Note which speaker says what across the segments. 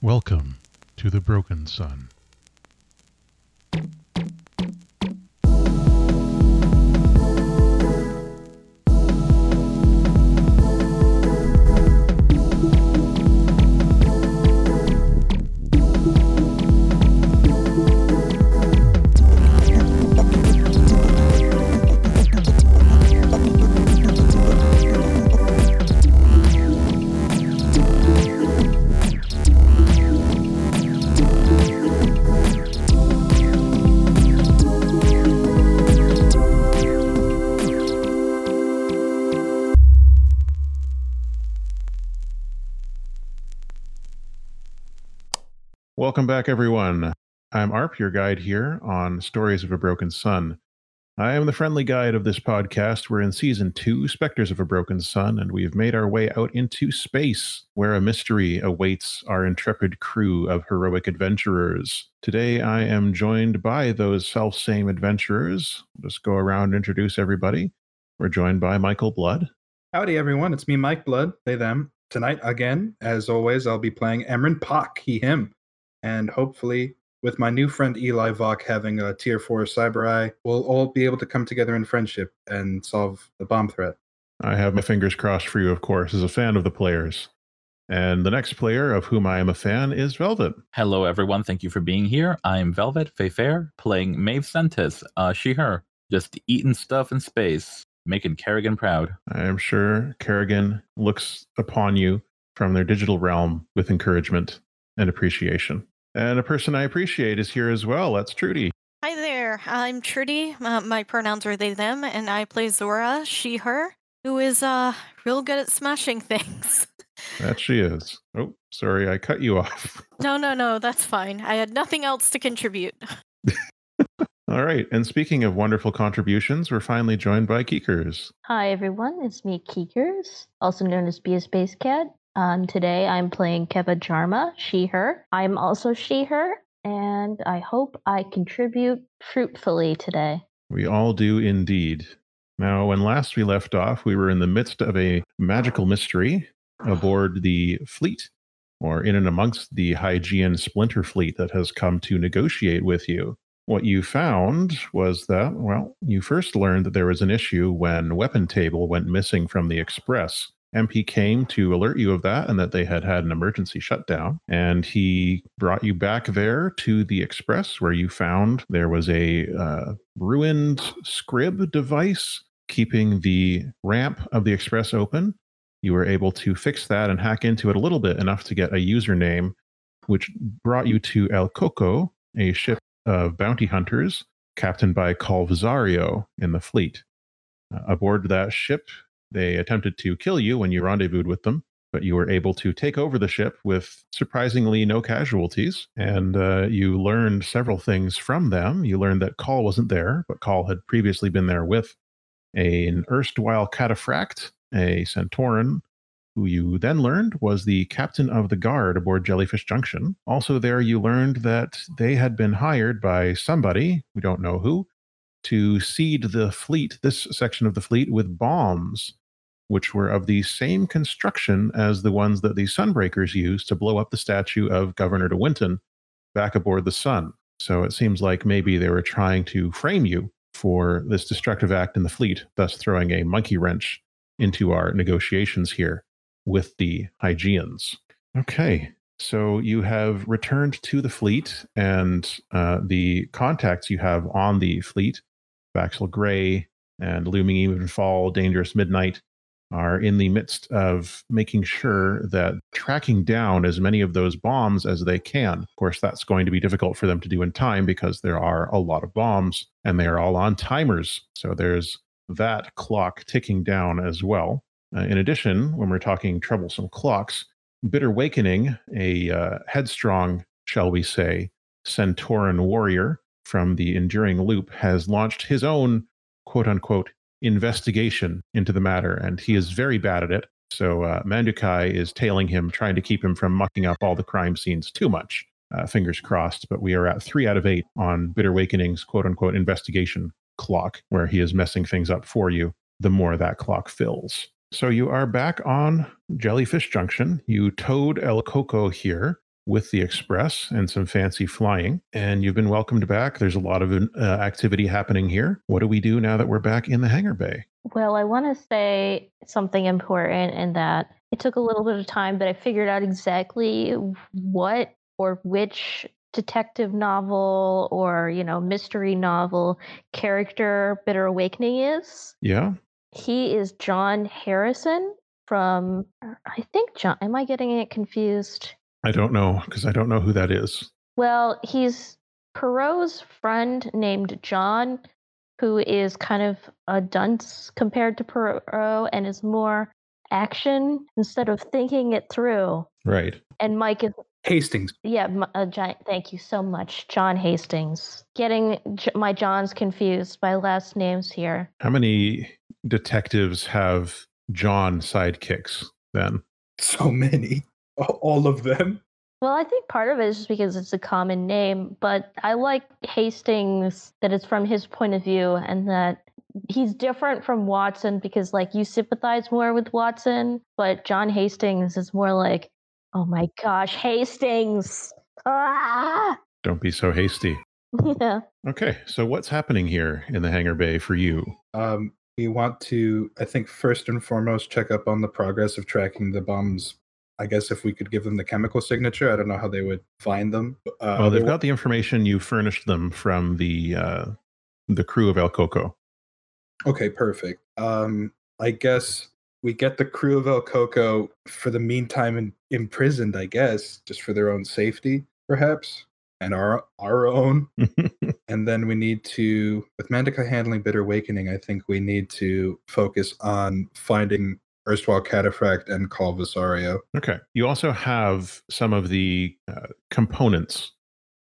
Speaker 1: Welcome to the Broken Sun. Welcome back, everyone. I'm ARP, your guide here on Stories of a Broken Sun. I am the friendly guide of this podcast. We're in season two, Spectres of a Broken Sun, and we've made our way out into space where a mystery awaits our intrepid crew of heroic adventurers. Today, I am joined by those self same adventurers. I'll just go around and introduce everybody. We're joined by Michael Blood.
Speaker 2: Howdy, everyone. It's me, Mike Blood. They, them. Tonight, again, as always, I'll be playing Emran Pak, he, him. And hopefully, with my new friend Eli Vok having a tier four cyber eye, we'll all be able to come together in friendship and solve the bomb threat.
Speaker 1: I have my fingers crossed for you, of course, as a fan of the players. And the next player of whom I am a fan is Velvet.
Speaker 3: Hello, everyone. Thank you for being here. I'm Velvet Fayfair, playing Maeve Sentis, uh, she, her, just eating stuff in space, making Kerrigan proud.
Speaker 1: I am sure Kerrigan looks upon you from their digital realm with encouragement and appreciation. And a person I appreciate is here as well. That's Trudy.
Speaker 4: Hi there, I'm Trudy. Uh, my pronouns are they, them, and I play Zora, she, her, who is uh, real good at smashing things.
Speaker 1: That she is. Oh, sorry, I cut you off.
Speaker 4: no, no, no, that's fine. I had nothing else to contribute.
Speaker 1: All right. And speaking of wonderful contributions, we're finally joined by Geekers.
Speaker 5: Hi everyone, it's me Keekers, also known as Be a Space Cat. Um, today I'm playing Keva Jarma, she her. I'm also she her, and I hope I contribute fruitfully today.
Speaker 1: We all do indeed. Now, when last we left off, we were in the midst of a magical mystery aboard the fleet, or in and amongst the Hygean splinter fleet that has come to negotiate with you. What you found was that, well, you first learned that there was an issue when Weapon Table went missing from the Express. MP came to alert you of that and that they had had an emergency shutdown. And he brought you back there to the Express, where you found there was a uh, ruined scrib device keeping the ramp of the Express open. You were able to fix that and hack into it a little bit enough to get a username, which brought you to El Coco, a ship of bounty hunters captained by Calvazario in the fleet. Uh, aboard that ship, they attempted to kill you when you rendezvoused with them, but you were able to take over the ship with surprisingly no casualties. And uh, you learned several things from them. You learned that Call wasn't there, but Call had previously been there with an erstwhile cataphract, a Centauran, who you then learned was the captain of the guard aboard Jellyfish Junction. Also, there you learned that they had been hired by somebody, we don't know who, to seed the fleet, this section of the fleet, with bombs, which were of the same construction as the ones that the Sunbreakers used to blow up the statue of Governor de Winton back aboard the Sun. So it seems like maybe they were trying to frame you for this destructive act in the fleet, thus throwing a monkey wrench into our negotiations here with the Hygeans. Okay. So you have returned to the fleet, and uh, the contacts you have on the fleet, Baxel Gray and Looming Evenfall, Dangerous Midnight, are in the midst of making sure that tracking down as many of those bombs as they can. Of course, that's going to be difficult for them to do in time because there are a lot of bombs and they are all on timers. So there's that clock ticking down as well. Uh, in addition, when we're talking troublesome clocks, Bitter Wakening, a uh, headstrong, shall we say, Centauran warrior from the Enduring Loop, has launched his own quote unquote investigation into the matter, and he is very bad at it. So uh, Mandukai is tailing him, trying to keep him from mucking up all the crime scenes too much. Uh, fingers crossed, but we are at three out of eight on Bitter Wakening's quote unquote investigation clock, where he is messing things up for you the more that clock fills. So you are back on Jellyfish Junction. You towed El Coco here, with the Express and some fancy flying. And you've been welcomed back. There's a lot of uh, activity happening here. What do we do now that we're back in the hangar bay?
Speaker 5: Well, I want to say something important in that it took a little bit of time, but I figured out exactly what or which detective novel or, you know, mystery novel character Bitter Awakening is.
Speaker 1: Yeah.
Speaker 5: He is John Harrison from, I think, John. Am I getting it confused?
Speaker 1: I don't know because I don't know who that is.
Speaker 5: Well, he's Perot's friend named John, who is kind of a dunce compared to Perot and is more action instead of thinking it through.
Speaker 1: Right.
Speaker 5: And Mike is
Speaker 2: Hastings.
Speaker 5: yeah, m- a giant. Thank you so much, John Hastings. Getting J- my Johns confused by last names here.
Speaker 1: How many detectives have John sidekicks then?
Speaker 2: So many. A- All of them.
Speaker 5: Well, I think part of it is just because it's a common name, but I like Hastings that it's from his point of view and that he's different from Watson because, like, you sympathize more with Watson, but John Hastings is more like, oh my gosh, Hastings! Ah!
Speaker 1: Don't be so hasty.
Speaker 5: yeah.
Speaker 1: Okay, so what's happening here in the hangar bay for you?
Speaker 2: Um, we want to, I think, first and foremost, check up on the progress of tracking the bombs. I guess if we could give them the chemical signature, I don't know how they would find them. but, Uh,
Speaker 1: well, they've
Speaker 2: otherwi-
Speaker 1: got the information you furnished them from the uh, the crew of El Coco.
Speaker 2: Okay, perfect. Um, I guess we get the crew of El Coco for the meantime in, imprisoned, I guess, just for their own safety, perhaps, and our our own. And then we need to, with Mandica handling Bitter Awakening, I think we need to focus on finding erstwhile Cataphract and Call Visario.
Speaker 1: okay, you also have some of the uh, components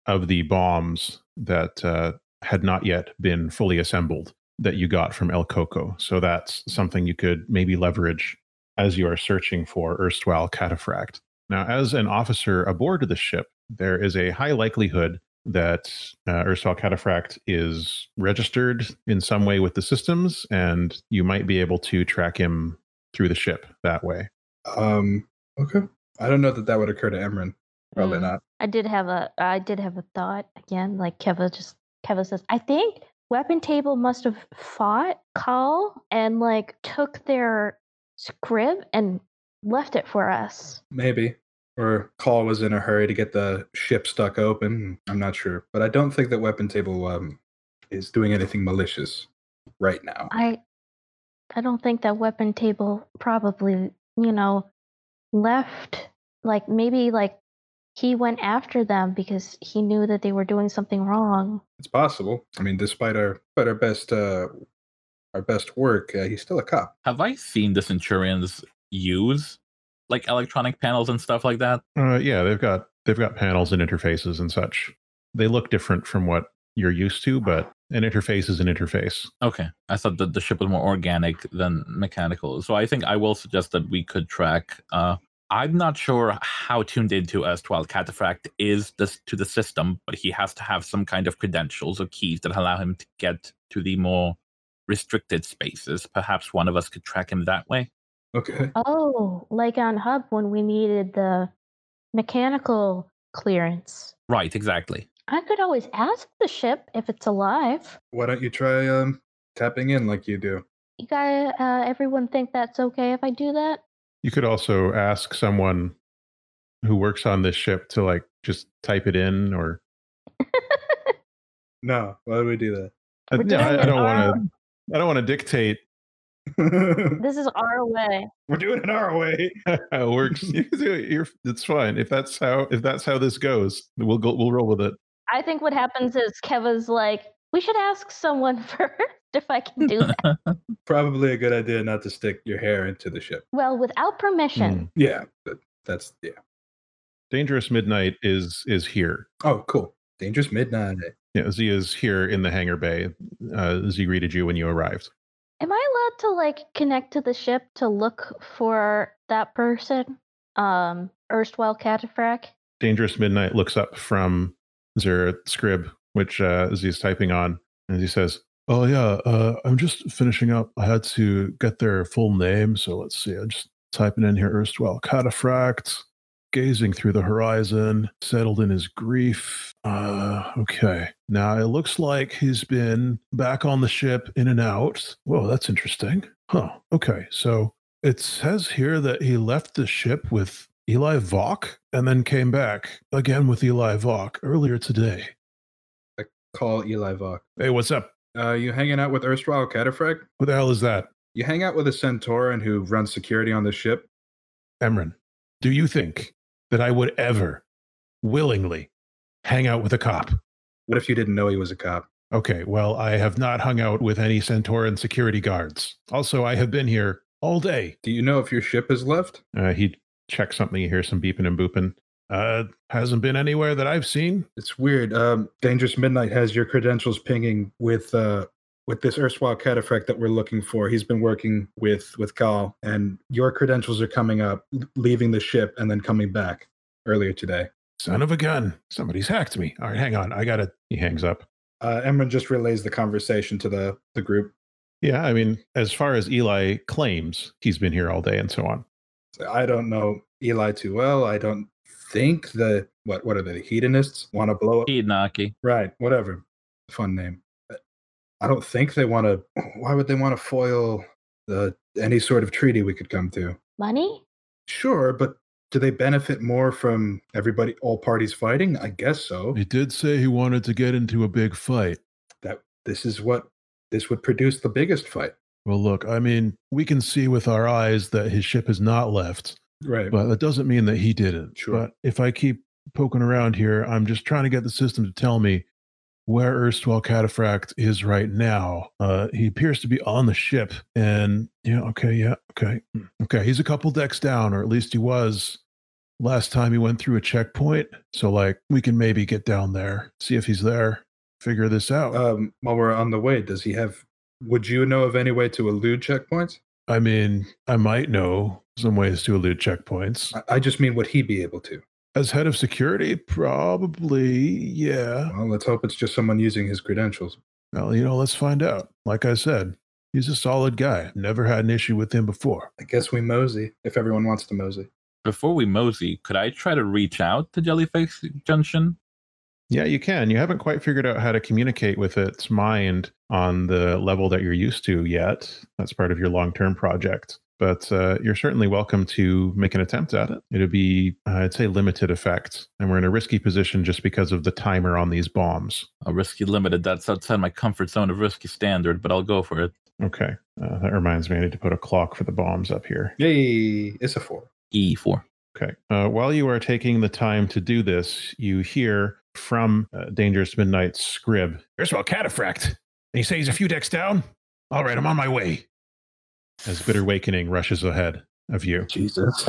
Speaker 1: of the bombs that uh, had not yet been fully assembled that you got from El Coco. So that's something you could maybe leverage as you are searching for erstwhile cataphract. Now, as an officer aboard the ship, there is a high likelihood that uh, erstwhile cataphract is registered in some way with the systems, and you might be able to track him through the ship that way.
Speaker 2: Um, okay. I don't know that that would occur to Emran. Probably
Speaker 5: Mm.
Speaker 2: not.
Speaker 5: I did have a I did have a thought again. Like Keva just Keva says, I think Weapon Table must have fought Call and like took their scrib and left it for us.
Speaker 2: Maybe. Or Call was in a hurry to get the ship stuck open. I'm not sure. But I don't think that Weapon Table um, is doing anything malicious right now.
Speaker 5: I I don't think that Weapon Table probably you know left like maybe like he went after them because he knew that they were doing something wrong.
Speaker 2: It's possible. I mean, despite our but our best uh, our best work, uh, he's still a cop.
Speaker 3: Have I seen the Centurions use like electronic panels and stuff like that?
Speaker 1: Uh, yeah, they've got they've got panels and interfaces and such. They look different from what you're used to, but an interface is an interface.
Speaker 3: Okay. I thought that the ship was more organic than mechanical. So I think I will suggest that we could track. Uh, I'm not sure how tuned into S12 Cataphract is this, to the system, but he has to have some kind of credentials or keys that allow him to get to the more restricted spaces. Perhaps one of us could track him that way.
Speaker 2: Okay.
Speaker 5: Oh, like on Hub when we needed the mechanical clearance.
Speaker 3: Right, exactly.
Speaker 5: I could always ask the ship if it's alive.
Speaker 2: Why don't you try um, tapping in like you do?
Speaker 5: You guys, uh, everyone think that's okay if I do that?
Speaker 1: You could also ask someone who works on this ship to like just type it in or
Speaker 2: No. Why would we do
Speaker 1: I,
Speaker 5: We're
Speaker 1: uh, no,
Speaker 5: doing
Speaker 1: I, I
Speaker 5: it
Speaker 1: don't
Speaker 5: our
Speaker 1: want to I don't want to dictate
Speaker 2: that?
Speaker 5: This is our way.
Speaker 2: We're doing it our way.
Speaker 1: how it works. You can do it. You're, it's fine. If that's how if that's how this goes, we'll go we'll roll with it.
Speaker 5: I think what happens is Keva's like, we should ask someone first if I can do that.
Speaker 2: Probably a good idea not to stick your hair into the ship.
Speaker 5: well, without permission.
Speaker 1: Mm.
Speaker 2: Yeah. But that's yeah.
Speaker 1: Dangerous Midnight is is here.
Speaker 2: Oh, cool. Dangerous midnight.
Speaker 1: Yeah, Z is here in the hangar bay. Uh, Z greeted you when you arrived.
Speaker 5: Am I allowed to like connect to the ship to look for that person? Um, erstwhile cataphract?
Speaker 1: Dangerous Midnight looks up from their scrib, which uh, Z is typing on, and he says, "Oh yeah, uh, I'm just finishing up. I had to get their full name, so let's see. I'm just typing in here erstwhile cataphract. gazing through the horizon, settled in his grief. Uh, okay. Now it looks like he's been back on the ship in and out. Whoa, that's interesting. Huh. Okay. So it says here that he left the ship with Eli Valk and then came back again with Eli Valk earlier today.
Speaker 2: Call Eli Vok.
Speaker 1: Hey, what's up?
Speaker 2: Uh, you hanging out with erstwhile Cataphrag?
Speaker 1: Who the hell is that?
Speaker 2: You hang out with a Centauran who runs security on the ship.
Speaker 1: Emran, do you think that I would ever willingly hang out with a cop?
Speaker 2: What if you didn't know he was a cop?
Speaker 1: Okay, well, I have not hung out with any Centauran security guards. Also, I have been here all day.
Speaker 2: Do you know if your ship has left?
Speaker 1: Uh, he checks something, you hear some beeping and booping. Uh, hasn't been anywhere that I've seen.
Speaker 2: It's weird. Um, Dangerous Midnight has your credentials pinging with uh, with this erstwhile cataphract that we're looking for. He's been working with with Cal, and your credentials are coming up, leaving the ship and then coming back earlier today.
Speaker 1: Son of a gun. Somebody's hacked me. All right, hang on. I got to. He hangs up.
Speaker 2: Uh, Emran just relays the conversation to the the group.
Speaker 1: Yeah, I mean, as far as Eli claims, he's been here all day and so on.
Speaker 2: I don't know Eli too well. I don't think the what what are they, the hedonists want to blow up
Speaker 3: Hidenaki.
Speaker 2: right whatever fun name Uh, i don't think they want to why would they want to foil the any sort of treaty we could come to
Speaker 5: Money?
Speaker 2: sure but do they benefit more from everybody all parties fighting i guess so
Speaker 1: He did say he wanted to get into a big fight.
Speaker 2: that this is what this would produce the biggest fight
Speaker 1: Well, look, I mean, we can see with our eyes that his ship has not left.
Speaker 2: right
Speaker 1: But that doesn't mean that he didn't.
Speaker 2: Sure.
Speaker 1: But if I keep poking around here, I'm just trying to get the system to tell me where erstwhile cataphract is right now. Uh, he appears to be on the ship, and yeah, okay, yeah, okay, mm, okay. He's a couple decks down, or at least he was last time he went through a checkpoint. So like, we can maybe get down there, see if he's there, figure this out.
Speaker 2: um while we're on the way does he have would you know of any way to elude checkpoints
Speaker 1: I mean, I might know some ways to elude checkpoints.
Speaker 2: I, I just mean would he be able to
Speaker 1: As head of security, probably, yeah.
Speaker 2: well let's hope it's just someone using his credentials
Speaker 1: Well, you know, let's find out. Like I said, he's a solid guy. Never had an issue with him before.
Speaker 2: i guess we mosey if everyone wants to mosey
Speaker 3: Before we mosey, could I try to reach out to Jellyface Junction?
Speaker 1: Yeah, you can. You haven't quite figured out how to communicate with its mind on the level that you're used to yet. That's part of your long term project. But uh, you're certainly welcome to make an attempt at it. It'll be, uh, I'd say, limited effect. And we're in a risky position just because of the timer on these bombs.
Speaker 3: A risky limited that's outside my comfort zone of risky standard, but I'll go for it.
Speaker 1: Okay. Uh, that reminds me, I need to put a clock for the bombs up here.
Speaker 2: Yay, it's a four.
Speaker 3: E4.
Speaker 1: Okay. Uh, while you are taking the time to do this, you hear from uh, Dangerous Midnight's scrib. Here's about Cataphract. And you say he's a few decks down? All right, I'm on my way. As Bitter Awakening rushes ahead of you.
Speaker 2: Jesus.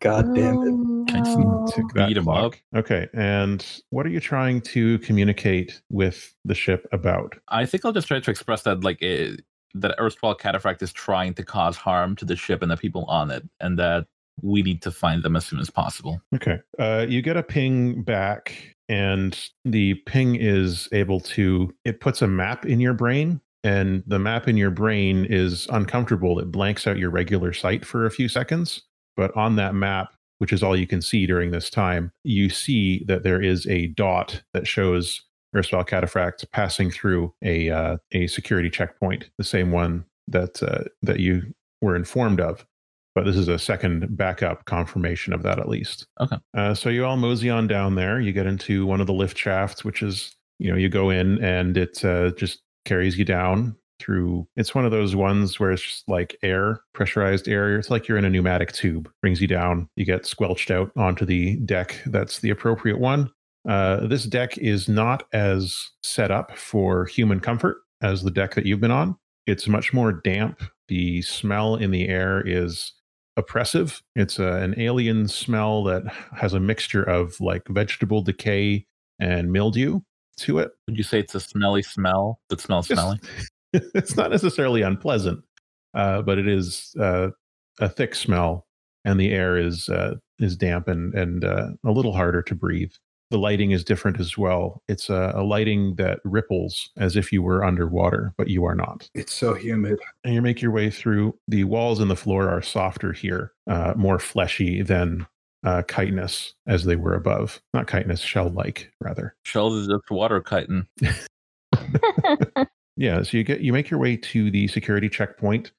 Speaker 2: God damn it.
Speaker 3: Can I just
Speaker 5: no.
Speaker 1: Tick that
Speaker 3: Beat 'em
Speaker 1: clock. Okay. And what are you trying to communicate with the ship about?
Speaker 3: I think I'll just try to express that like eh, that erstwhile cataphract is trying to cause harm to the ship and the people on it, and that we need to find them as soon as possible.
Speaker 1: Okay. Uh, you get a ping back, and the ping is able to, it puts a map in your brain, and the map in your brain is uncomfortable. It blanks out your regular sight for a few seconds. But on that map, which is all you can see during this time, you see that there is a dot that shows erstwhile cataphract passing through a uh, a security checkpoint, the same one that uh, that you were informed of. But this is a second backup confirmation of that, at least.
Speaker 3: Okay.
Speaker 1: Uh, so you all mosey on down there. You get into one of the lift shafts, which is you know you go in and it uh, just carries you down through. It's one of those ones where it's just like air, pressurized air. It's like you're in a pneumatic tube. Brings you down. You get squelched out onto the deck. That's the appropriate one. Uh, this deck is not as set up for human comfort as the deck that you've been on. It's much more damp. The smell in the air is oppressive. It's a, an alien smell that has a mixture of like vegetable decay and mildew to it.
Speaker 3: Would you say it's a smelly smell that smells
Speaker 1: Yes.
Speaker 3: smelly?
Speaker 1: it's not necessarily unpleasant, uh, but it is uh, a thick smell, and the air is uh, is damp and and uh, a little harder to breathe. The lighting is different as well. It's uh, a, a lighting that ripples as if you were underwater, but you are not
Speaker 2: It's so humid.
Speaker 1: and you make your way through the walls and the floor are softer here uh, more fleshy than uh, chitinous as they were above. Not chitinous, shell like, rather.
Speaker 3: Shells is just water chitin.
Speaker 1: Yeah, so you get you make your way to the security checkpoint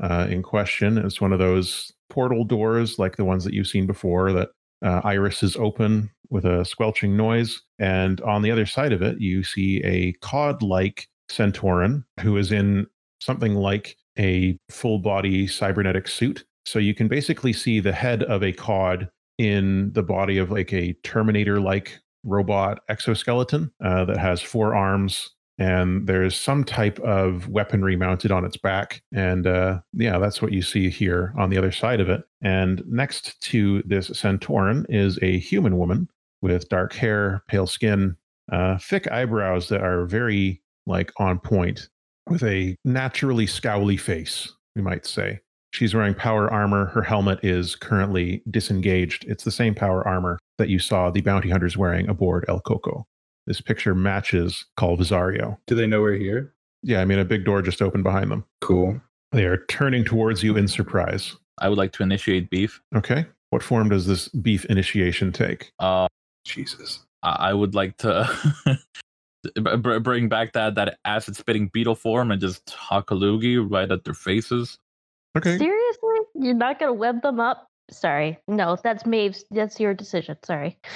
Speaker 1: uh, in question. It's one of those portal doors, like the ones that you've seen before, that uh, iris is open with a squelching noise, and on the other side of it, you see a cod-like centauran who is in something like a full-body cybernetic suit. So you can basically see the head of a cod in the body of like a Terminator-like robot exoskeleton uh, that has four arms and there's some type of weaponry mounted on its back. And uh, yeah, that's what you see here on the other side of it. And next to this Centauran is a human woman with dark hair, pale skin, uh, thick eyebrows that are very like on point, with a naturally scowly face, we might say. She's wearing power armor. Her helmet is currently disengaged. It's the same power armor that you saw the bounty hunters wearing aboard El Coco. This picture matches Calvazario.
Speaker 2: Do they know we're here?
Speaker 1: Yeah, I mean, a big door just opened behind them.
Speaker 2: Cool.
Speaker 1: They are turning towards you in surprise.
Speaker 3: I would like to initiate beef.
Speaker 1: Okay. What form does this beef initiation take?
Speaker 3: Uh,
Speaker 2: Jesus.
Speaker 3: I I would like to b- b- bring back that that acid spitting beetle form and just talk a loogie right at their faces.
Speaker 1: Okay.
Speaker 5: Seriously? You're not gonna web them up? Sorry. No, that's Maeve's that's your decision. Sorry.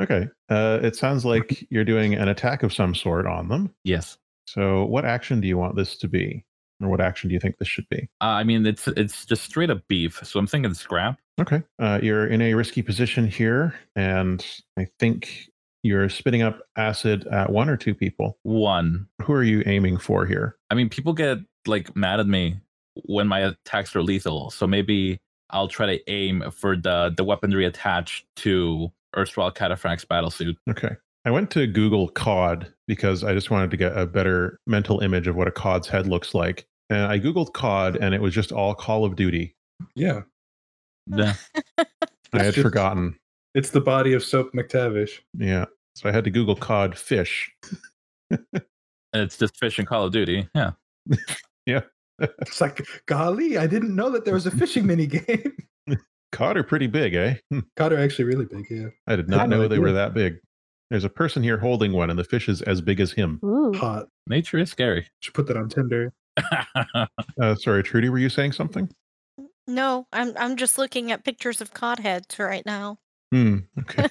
Speaker 1: Okay. Uh, it sounds like you're doing an attack of some sort on them.
Speaker 3: Yes.
Speaker 1: So, what action do you want this to be? Or what action do you think this should be?
Speaker 3: Uh, I mean, it's it's just straight up beef. So I'm thinking scrap.
Speaker 1: Okay. Uh, you're in a risky position here, and I think you're spitting up acid at one or two people.
Speaker 3: One.
Speaker 1: Who are you aiming for here?
Speaker 3: I mean, people get like mad at me when my attacks are lethal. So maybe I'll try to aim for the the weaponry attached to erstwhile cataphract's battlesuit.
Speaker 1: Okay. I went to Google COD because I just wanted to get a better mental image of what a COD's head looks like. And I Googled COD and it was just all Call of Duty.
Speaker 2: Yeah.
Speaker 3: Yeah.
Speaker 1: I had
Speaker 2: Just-
Speaker 1: forgotten.
Speaker 2: It's the body of Soap McTavish.
Speaker 1: Yeah. So I had to Google COD fish.
Speaker 3: And it's just fish and Call of Duty. Yeah.
Speaker 2: It's like, golly, I didn't know that there was a fishing mini game.
Speaker 1: COD are pretty big, eh? Hmm.
Speaker 2: Cod are actually really big, yeah.
Speaker 1: I did not
Speaker 2: no
Speaker 1: know they were
Speaker 2: idea.
Speaker 1: that big. There's a person here holding one and the fish is as big as him.
Speaker 5: Ooh.
Speaker 2: Hot.
Speaker 3: Nature is scary.
Speaker 2: Should put that on Tinder.
Speaker 1: Uh, sorry, Trudy, were you saying something?
Speaker 4: No, I'm I'm just looking at pictures of cod heads right now.
Speaker 1: Hmm. Okay.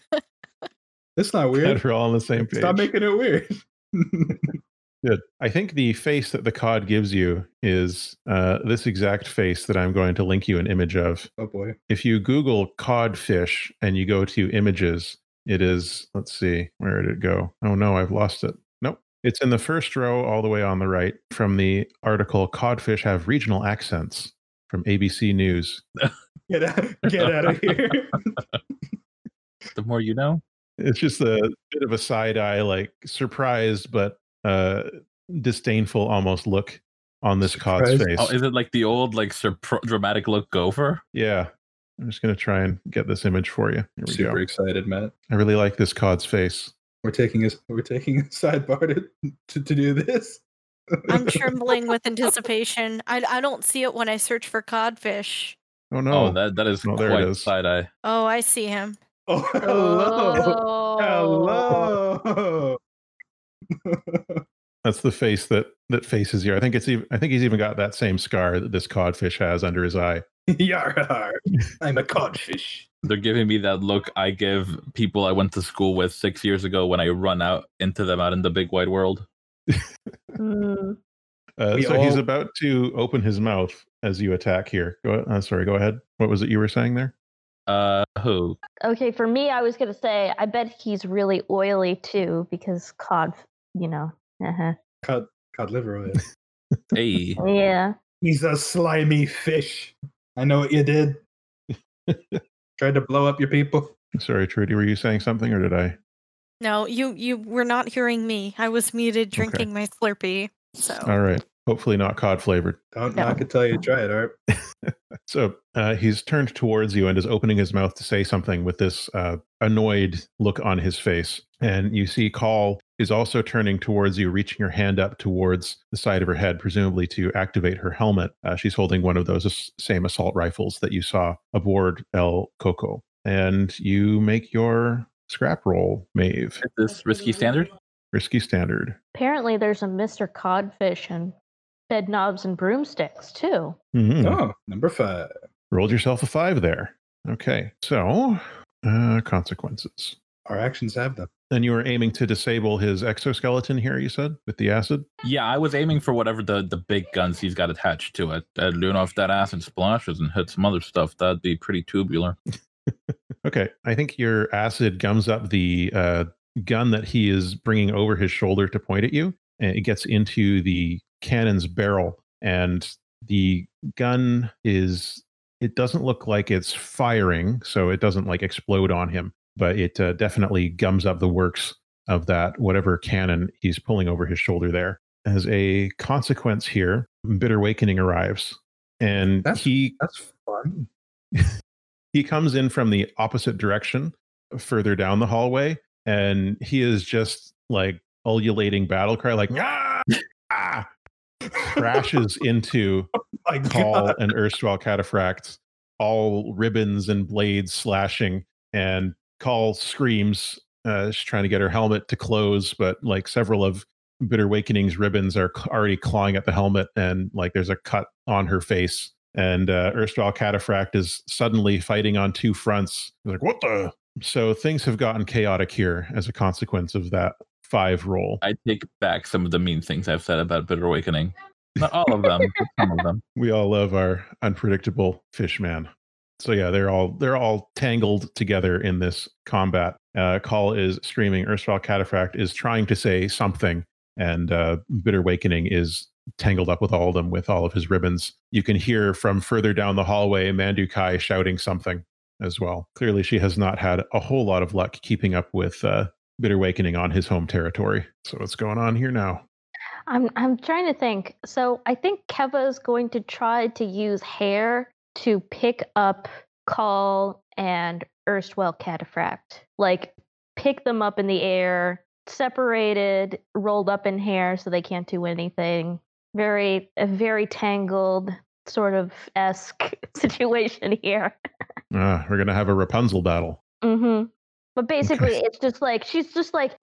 Speaker 2: That's not
Speaker 1: Glad
Speaker 2: weird.
Speaker 1: we're all on the same page.
Speaker 2: Stop making it weird.
Speaker 1: Good. I think the face that the COD gives you is uh, this exact face that I'm going to link you an image of.
Speaker 2: oh boy.
Speaker 1: if you Google codfish and you go to images, it is, let's see, where did it go? Oh no, I've lost it. Nope. It's in the first row all the way on the right from the article Codfish Have Regional Accents from ABC News.
Speaker 2: Get out, get out of here.
Speaker 3: the more you know.
Speaker 1: It's just a bit of a side eye, like surprised but uh, disdainful almost look on this cod's face.
Speaker 2: Surprised?
Speaker 3: Oh, is it like the old like surpr- dramatic look gopher?
Speaker 1: yeah. I'm just going to try and get this image for you. Here we
Speaker 2: Super
Speaker 1: go.
Speaker 2: excited, Matt.
Speaker 1: I really like this cod's face.
Speaker 2: We're taking a we're taking a sidebar to, to, to do this.
Speaker 4: I'm trembling with anticipation. I I don't see it when I search for codfish.
Speaker 1: Oh no.
Speaker 3: Oh, that that is
Speaker 1: Oh, there it
Speaker 3: quite
Speaker 1: is.
Speaker 3: side eye.
Speaker 4: Oh, I see him.
Speaker 2: Oh, hello.
Speaker 5: Oh.
Speaker 2: Hello.
Speaker 1: That's the face that that faces here. I think it's even. I think he's even got that same scar that this codfish has under his eye.
Speaker 2: Yarhar. I'm a codfish.
Speaker 3: They're giving me that look I give people I went to school with six years ago when I run out into them out in the big wide world.
Speaker 5: Mm.
Speaker 1: Uh,
Speaker 2: We
Speaker 1: so he's
Speaker 2: all-
Speaker 1: about to open his mouth as you attack here. Go. Uh, sorry. Go ahead. What was it you were saying there?
Speaker 3: Uh, who?
Speaker 5: Okay, for me, I was gonna say I bet he's really oily too because cod, you know. Uh-huh.
Speaker 2: Cod cod liver oil.
Speaker 3: Hey,
Speaker 5: Yeah.
Speaker 2: He's a slimy fish. I know what you did. Tried to blow up your people.
Speaker 1: Sorry, Trudy. Were you saying something, or did I?
Speaker 4: No, you you were not hearing me. I was muted drinking my Slurpee. So
Speaker 1: All right. Hopefully not cod flavored.
Speaker 2: Don't
Speaker 5: No.
Speaker 2: knock it till you try it, all right?
Speaker 1: So uh, he's turned towards you and is opening his mouth to say something with this uh, annoyed look on his face. And you see Call is also turning towards you, reaching her hand up towards the side of her head, presumably to activate her helmet. Uh, she's holding one of those as- same assault rifles that you saw aboard El Coco. And you make your scrap roll, Maeve.
Speaker 3: Is this risky standard?
Speaker 1: Risky standard.
Speaker 5: Apparently, there's a Mr. Codfish and bed knobs and broomsticks too.
Speaker 1: Mhm.
Speaker 2: Oh, number five.
Speaker 1: Rolled yourself a five there. Okay. So, uh, consequences.
Speaker 2: Our actions have them.
Speaker 1: And you were aiming to disable his exoskeleton here, you said, with the acid?
Speaker 3: Yeah, I was aiming for whatever the, the big guns he's got attached to it. Uh, you know, if that acid splashes and hits some other stuff, that'd be pretty tubular.
Speaker 1: Okay, I think your acid gums up the uh, gun that he is bringing over his shoulder to point at you, and it gets into the cannon's barrel, and the gun is. It doesn't look like it's firing, so it doesn't like explode on him, but it uh, definitely gums up the works of that whatever cannon he's pulling over his shoulder there. As a consequence, here, bitter wakening arrives, and
Speaker 2: That's-
Speaker 1: he
Speaker 2: That's fun.
Speaker 1: he comes in from the opposite direction further down the hallway and he is just like ululating battle cry like ah! ah," crashes into
Speaker 2: My
Speaker 1: call and erstwhile cataphract all ribbons and blades slashing and call screams uh, she's trying to get her helmet to close but like several of bitter awakening's ribbons are c- already clawing at the helmet and like there's a cut on her face and uh, erstwhile cataphract is suddenly fighting on two fronts He's like what the so things have gotten chaotic here as a consequence of that five roll
Speaker 3: I take back some of the mean things I've said about Bitter Awakening. Not all of them, but some of them.
Speaker 1: we all love our unpredictable fish man so yeah they're all they're all tangled together in this combat uh call is screaming erstwhile cataphract is trying to say something and uh bitter awakening is tangled up with all of them with all of his ribbons you can hear from further down the hallway mandukai shouting something as well clearly she has not had a whole lot of luck keeping up with uh bitter awakening on his home territory so what's going on here now
Speaker 5: I'm I'm trying to think. So I think Keva is going to try to use hair to pick up Call and erstwhile cataphract. Like pick them up in the air, separated, rolled up in hair so they can't do anything. Very a very tangled sort of esque situation here.
Speaker 1: Ah, we're gonna have a rapunzel battle
Speaker 5: Mm-hmm. But basically, it's just like she's just like.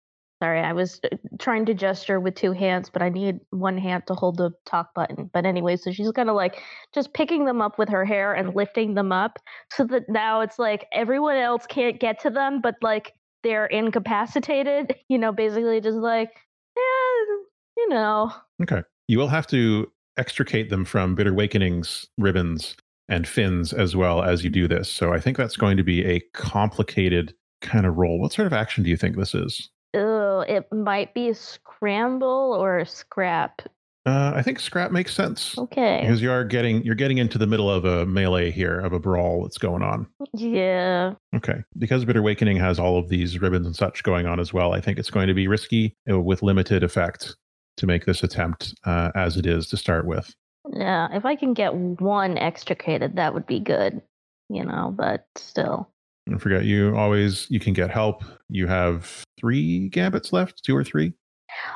Speaker 5: Sorry, I was uh, trying to gesture with two hands, but I need one hand to hold the talk button. But anyway, so she's kind of like just picking them up with her hair and lifting them up so that now it's like everyone else can't get to them, but like they're incapacitated. You know, basically just like, yeah, you know,
Speaker 1: Okay. You will have to extricate them from Bitter Awakening's ribbons and fins as well as you do this. So I think that's going to be a complicated kind of role. What sort of action do you think this is?
Speaker 5: oh, it might be a scramble or a scrap.
Speaker 1: Uh, I think scrap makes sense
Speaker 5: Okay.
Speaker 1: because you are getting you're getting into the middle of a melee here of a brawl that's going on.
Speaker 5: Yeah.
Speaker 1: Okay, because Bitter Awakening has all of these ribbons and such going on as well. I think it's going to be risky uh, with limited effect to make this attempt uh, as it is to start with.
Speaker 5: Yeah, if I can get one extricated, that would be good, you know, but still.
Speaker 1: Don't forget, you always you can get help. You have three gambits left, two or three.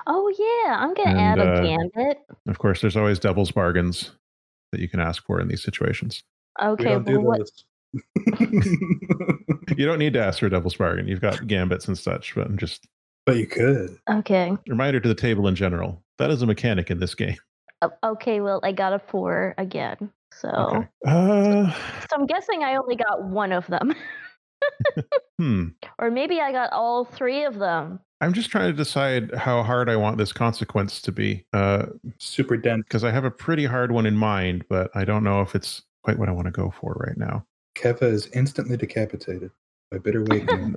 Speaker 5: Oh, yeah, I'm going to add
Speaker 1: And,
Speaker 5: a
Speaker 1: uh,
Speaker 5: gambit.
Speaker 1: Of course, there's always devil's bargains that you can ask for in these situations.
Speaker 2: We
Speaker 5: Okay,
Speaker 2: don't do
Speaker 5: well, what,
Speaker 2: this.
Speaker 1: You don't need to ask for a devil's bargain. You've got gambits and such, but just
Speaker 2: but you could.
Speaker 5: okay.
Speaker 1: reminder to the table in general. That is a mechanic in this game.
Speaker 5: O- Okay, well, I got a four again. So,
Speaker 1: Okay. Uh,
Speaker 5: so I'm guessing I only got one of them,
Speaker 1: hmm.
Speaker 5: or maybe I got all three of them.
Speaker 1: I'm just trying to decide how hard I want this consequence to be, because
Speaker 2: Super dense.
Speaker 1: I have a pretty hard one in mind, but I don't know if it's quite what I want to go for right now.
Speaker 2: Keva is instantly decapitated by bitter wakening.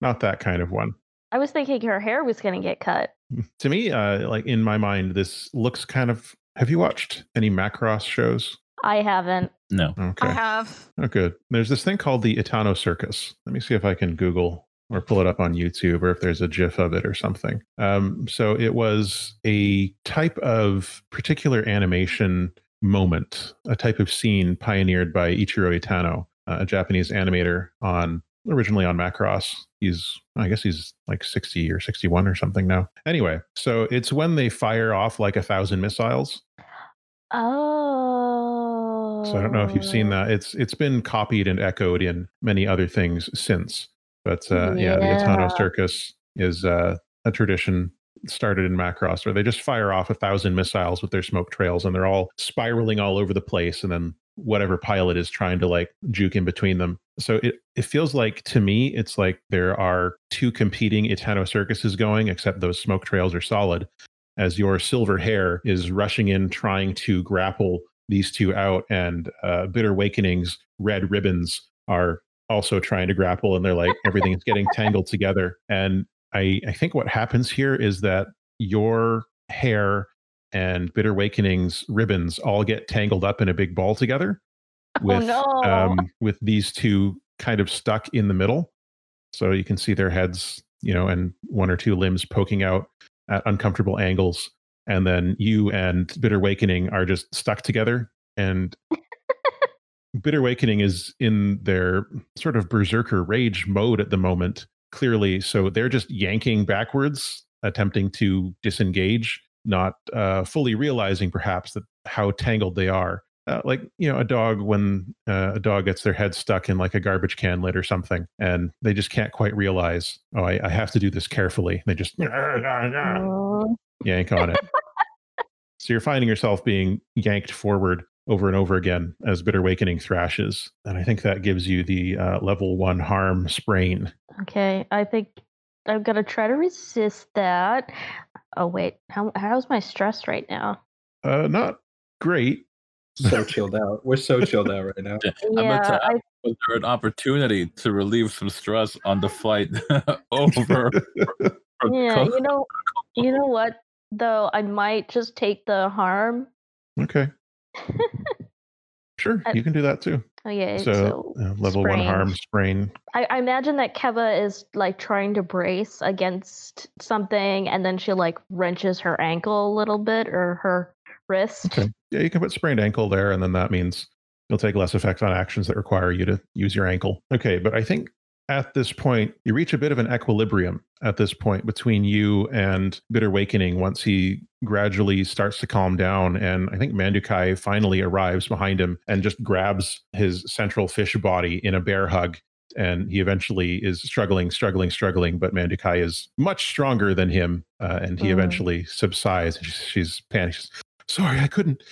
Speaker 1: Not that kind of one.
Speaker 5: I was thinking her hair was going to get cut.
Speaker 1: to me uh like in my mind this looks kind of have you watched any macross shows
Speaker 5: I haven't.
Speaker 3: No.
Speaker 1: okay
Speaker 4: I have.
Speaker 1: oh good there's this thing called the itano circus let me see if i can google or pull it up on youtube or if there's a gif of it or something um so it was a type of particular animation moment a type of scene pioneered by ichiro itano uh, a japanese animator on originally on Macross. He's, I guess he's like 60 or 61 or something now. Anyway, so it's when they fire off like a thousand missiles.
Speaker 5: Oh.
Speaker 1: So I don't know if you've seen that. It's it's been copied and echoed in many other things since. But uh, yeah. the
Speaker 5: Yeah.
Speaker 1: Itano Circus is uh, a tradition started in Macross where they just fire off a thousand missiles with their smoke trails and they're all spiraling all over the place and then whatever pilot is trying to like juke in between them. So it, it feels like to me it's like there are two competing Itano circuses going, except those smoke trails are solid. As your silver hair is rushing in trying to grapple these two out, and uh, Bitter Awakening's red ribbons are also trying to grapple, and they're like everything's getting tangled together. And I, I think what happens here is that your hair and Bitter Awakening's ribbons all get tangled up in a big ball together with
Speaker 5: oh no.
Speaker 1: um, with these two kind of stuck in the middle. So you can see their heads, you know, and one or two limbs poking out at uncomfortable angles. And then you and Bitter Awakening are just stuck together. And Bitter Awakening is in their sort of berserker rage mode at the moment, clearly. So they're just yanking backwards, attempting to disengage, not uh, fully realizing perhaps that how tangled they are uh, like you know a dog when uh, a dog gets their head stuck in like a garbage can lid or something and they just can't quite realize oh i, I have to do this carefully they just
Speaker 5: Oh.
Speaker 1: yank on it so you're finding yourself being yanked forward over and over again as bitter awakening thrashes and i think that gives you the uh, level one harm sprain
Speaker 5: Okay, I think I'm gonna try to resist that. Oh wait, how how's my stress right now?
Speaker 1: uh, not great
Speaker 2: So chilled out. We're so chilled out right now.
Speaker 3: about to
Speaker 5: Yeah, I,
Speaker 3: Was there an opportunity to relieve some stress on the flight over? from
Speaker 5: yeah.
Speaker 3: Cook?
Speaker 5: You know, you know what though? I might just take the harm.
Speaker 1: okay sure
Speaker 5: I-
Speaker 1: you can do that too
Speaker 5: Okay, so,
Speaker 1: so uh, level one
Speaker 5: sprain.
Speaker 1: harm sprain
Speaker 5: I, I imagine that Keva is like trying to brace against something, and then she like wrenches her ankle a little bit or her wrist.
Speaker 1: Okay. Yeah, you can put sprained ankle there, and then that means you'll take less effect on actions that require you to use your ankle. Okay, but I think at this point, you reach a bit of an equilibrium at this point between you and Bitter Awakening once he gradually starts to calm down. And I think Mandukai finally arrives behind him and just grabs his central fish body in a bear hug. And he eventually is struggling, struggling, struggling. But Mandukai is much stronger than him. Uh, and he
Speaker 5: Mm.
Speaker 1: eventually subsides. She's, she's panicked. She's, Sorry, I couldn't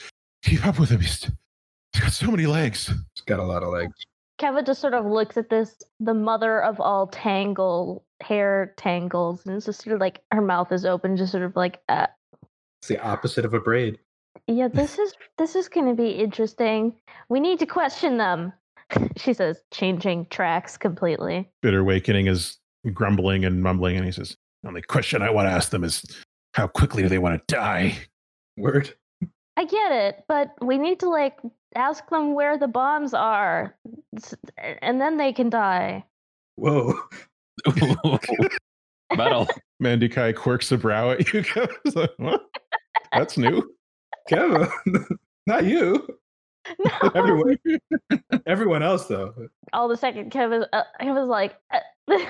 Speaker 1: keep up with him. He's, he's got so many legs.
Speaker 2: It's got a lot of legs.
Speaker 5: Keva just sort of looks at this, the mother of all tangle hair tangles, and it's just sort of like her mouth is open, just sort of like, uh,
Speaker 2: It's the opposite of a braid.
Speaker 5: yeah, this is this is going to be interesting. We need to question them. she says, changing tracks completely.
Speaker 1: Bitter Awakening is grumbling and mumbling, and he says, "The only question I want to ask them is how quickly do they want to die?
Speaker 2: Word.
Speaker 5: I get it, but we need to like ask them where the bombs are, s- and then they can die.
Speaker 2: Whoa.
Speaker 3: Metal.
Speaker 1: Mandukai quirks a brow at you. He's like, "What? That's new.
Speaker 2: Kevin, not you.
Speaker 5: No.
Speaker 2: Everyone, everyone else though.
Speaker 5: all the second Kevin's uh, I was like, uh, you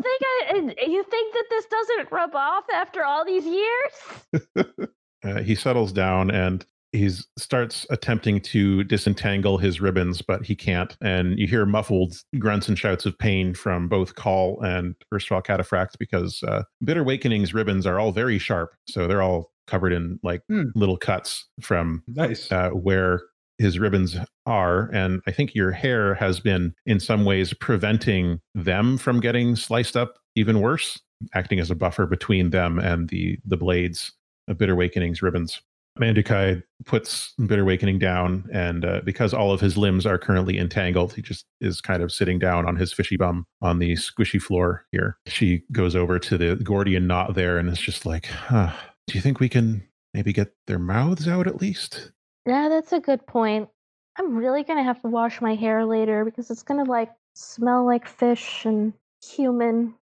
Speaker 5: think I? uh, You think that this doesn't rub off after all these years?
Speaker 1: Uh, he settles down and he starts attempting to disentangle his ribbons, but he can't. And you hear muffled grunts and shouts of pain from both Call and Erstwhile Cataphract because uh, Bitter Awakening's ribbons are all very sharp. So they're all covered in like
Speaker 2: Hmm.
Speaker 1: little cuts from
Speaker 2: Nice.
Speaker 1: uh, where his ribbons are. And I think your hair has been, in some ways, preventing them from getting sliced up even worse, acting as a buffer between them and the the blades of Bitter Awakening's ribbons. Mandukai puts Bitter Awakening down, and uh, because all of his limbs are currently entangled, he just is kind of sitting down on his fishy bum on the squishy floor here. She goes over to the Gordian knot there and is just like, huh, Do you think we can maybe get their mouths out at least?
Speaker 5: Yeah, that's a good point. I'm really gonna have to wash my hair later because it's gonna like smell like fish and human,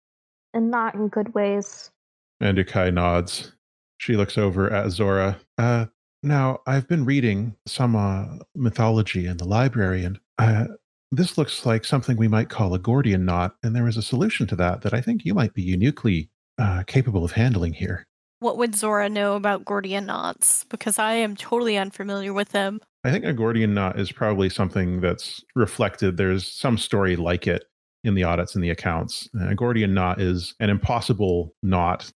Speaker 5: and not in good ways.
Speaker 1: Mandukai nods. She looks over at Zora. Uh, now, I've been reading some uh, mythology in the library, and uh, this looks like something we might call a Gordian knot, and there is a solution to that that I think you might be uniquely uh, capable of handling here.
Speaker 4: What would Zora know about Gordian knots? Because I am totally unfamiliar with them.
Speaker 1: I think a Gordian knot is probably something that's reflected. There's some story like it in the audits and the accounts. A Gordian knot is an impossible knot.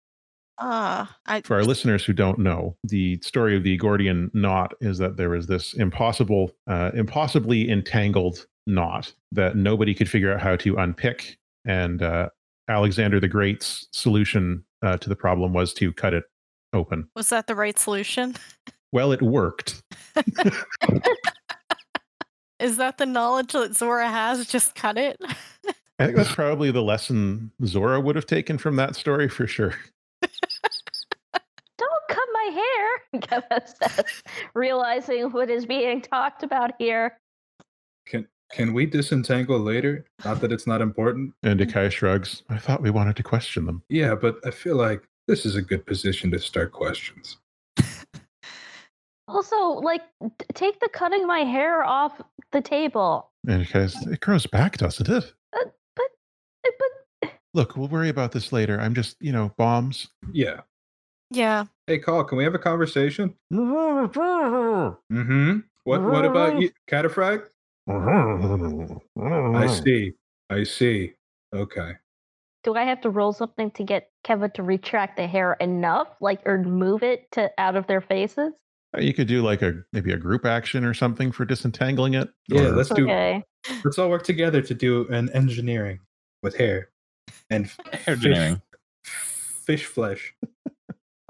Speaker 4: Ah, I
Speaker 1: For our listeners who don't know, the story of the Gordian knot is that there was this impossible, uh, impossibly entangled knot that nobody could figure out how to unpick. And uh, Alexander the Great's solution uh, to the problem was to cut it open.
Speaker 4: was that the right solution?
Speaker 1: Well, it worked.
Speaker 4: Is that the knowledge that Zora has? Just cut it.
Speaker 1: I think that's probably the lesson Zora would have taken from that story for sure.
Speaker 5: Don't cut my hair, Keva says, realizing what is being talked about here.
Speaker 2: Can we disentangle later? Not that it's not important.
Speaker 1: And Ikai shrugs. I thought we wanted to question them.
Speaker 2: Yeah, but I feel like this is a good position to start questions.
Speaker 5: Also, like, t- take the cutting my hair off the table.
Speaker 1: And Ikai's, it grows back, doesn't it?
Speaker 5: Eh, But
Speaker 1: Look, we'll worry about this later. I'm just, you know, bombs.
Speaker 2: Yeah.
Speaker 4: yeah.
Speaker 2: Hey, Carl, can we have a conversation?
Speaker 1: I
Speaker 2: Mm-hmm. What What about you, Catafrag? I see. I see. Okay.
Speaker 5: do I have to roll something to get Keva to retract the hair enough, like, or move it to out of their faces?
Speaker 1: You could do like a maybe a group action or something for disentangling it.
Speaker 2: Yeah,
Speaker 1: or-
Speaker 2: let's do.
Speaker 5: Okay.
Speaker 2: Let's all work together to do an engineering with hair and f-
Speaker 3: Hair engineering.
Speaker 2: fish flesh.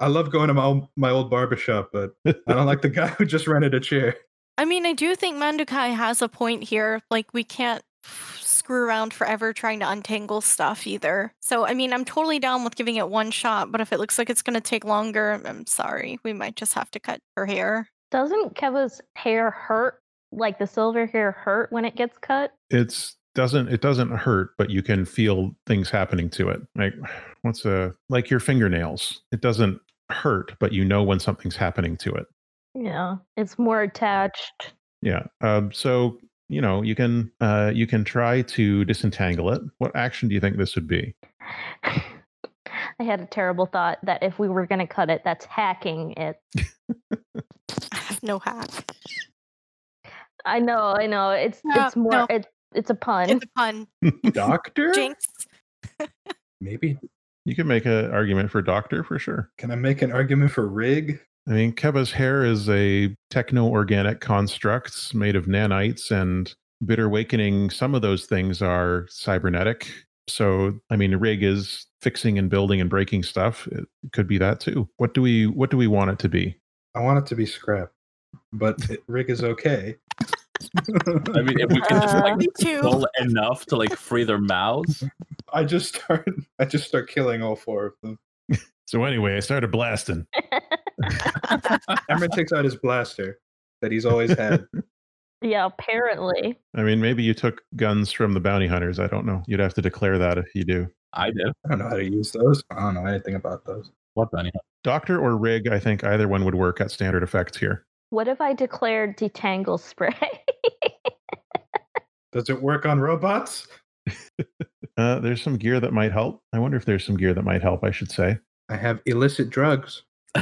Speaker 2: I love going to my old, my old barber shop, but I don't like the guy who just rented a chair.
Speaker 4: I mean, I do think Mandukai has a point here. Like, we can't screw around forever trying to untangle stuff either. So, I mean, I'm totally down with giving it one shot, but if it looks like it's going to take longer, I'm- I'm sorry. We might just have to cut her hair.
Speaker 5: Doesn't Keva's hair hurt? Like the silver hair hurt when it gets cut?
Speaker 1: it's doesn't it doesn't hurt, but you can feel things happening to it. Like what's a like your fingernails. It doesn't hurt, but you know when something's happening to it.
Speaker 5: Yeah, it's more attached.
Speaker 1: Yeah. Um, so you know you can uh, you can try to disentangle it. What action do you think this would be?
Speaker 5: I had a terrible thought that if we were going to cut it, that's hacking it.
Speaker 4: I have no hack.
Speaker 5: I know, I know. It's
Speaker 4: No,
Speaker 5: it's more
Speaker 4: no.
Speaker 5: it, it's a pun.
Speaker 4: It's a pun.
Speaker 2: Doctor?
Speaker 4: Jinx.
Speaker 2: Maybe.
Speaker 1: You can make an argument for doctor for sure.
Speaker 2: Can I make an argument for rig?
Speaker 1: I mean, Keva's hair is a techno organic construct made of nanites and bitter awakening. Some of those things are cybernetic. So, I mean, Rig is fixing and building and breaking stuff. It could be that too. What do we what do we want it to be?
Speaker 2: I want it to be scrap, but it, rig is okay.
Speaker 3: I mean, if we can just like
Speaker 4: Me too.
Speaker 3: roll enough to like free their mouths.
Speaker 2: I just start. I just start killing all four of them.
Speaker 1: So anyway, I started blasting.
Speaker 2: Emran takes out his blaster that he's always had.
Speaker 5: yeah, apparently.
Speaker 1: I mean, maybe you took guns from the bounty hunters. I don't know. You'd have to declare that if you do.
Speaker 3: I did.
Speaker 2: I don't know how to use those. I don't know anything about those.
Speaker 3: What Bunny?
Speaker 1: Doctor or Rig, I think either one would work at standard effects here.
Speaker 5: What if I declared detangle spray?
Speaker 2: Does it work on robots?
Speaker 1: Uh, there's some gear that might help. I wonder if there's some gear that might help, I should say.
Speaker 2: I have illicit drugs.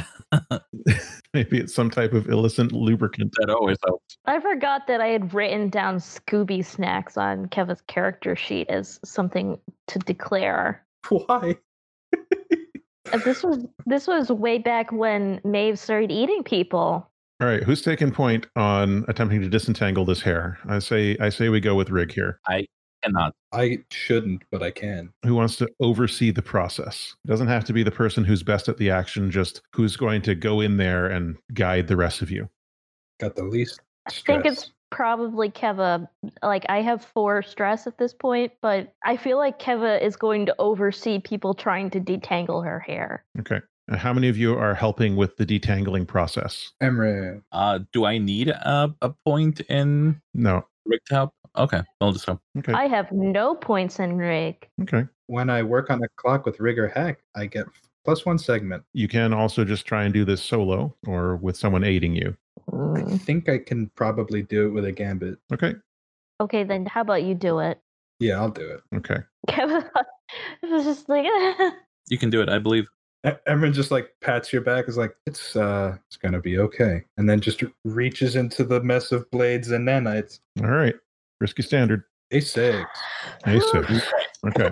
Speaker 1: Maybe it's some type of illicit lubricant.
Speaker 3: That always helps.
Speaker 5: I forgot that I had written down Scooby snacks on Keva's character sheet as something to declare.
Speaker 2: Why?
Speaker 5: Uh, This was this was way back when Maeve started eating people.
Speaker 1: All right, who's taking point on attempting to disentangle this hair? I say I say we go with Rig here.
Speaker 3: Cannot.
Speaker 2: I shouldn't, but I can.
Speaker 1: Who wants to oversee the process? It doesn't have to be the person who's best at the action, just who's going to go in there and guide the rest of you.
Speaker 2: Got the least. Stress.
Speaker 5: think it's probably Keva. Like I have four stress at this point, but I feel like Keva is going to oversee people trying to detangle her hair.
Speaker 1: Okay. And how many of you are helping with the detangling process?
Speaker 2: Emran.
Speaker 3: Uh, do I need a, a point in
Speaker 1: No.
Speaker 3: rigged help? Okay, I'll just help.
Speaker 1: Okay.
Speaker 5: I have no points in rig.
Speaker 1: okay.
Speaker 2: When I work on a clock with rig or hack, I get plus one segment.
Speaker 1: You can also just try and do this solo or with someone aiding you.
Speaker 2: I
Speaker 5: Mm.
Speaker 2: think I can probably do it with a gambit.
Speaker 1: Okay.
Speaker 5: Okay, then how about you do it?
Speaker 2: Yeah, I'll do it.
Speaker 1: Okay.
Speaker 5: Kevin was just like,
Speaker 3: You can do it, I believe.
Speaker 2: E- Emran just like pats your back, is like, it's uh it's gonna be okay. And then just reaches into the mess of blades and nanites.
Speaker 1: All right. Risky standard.
Speaker 2: A six.
Speaker 1: A six. Okay.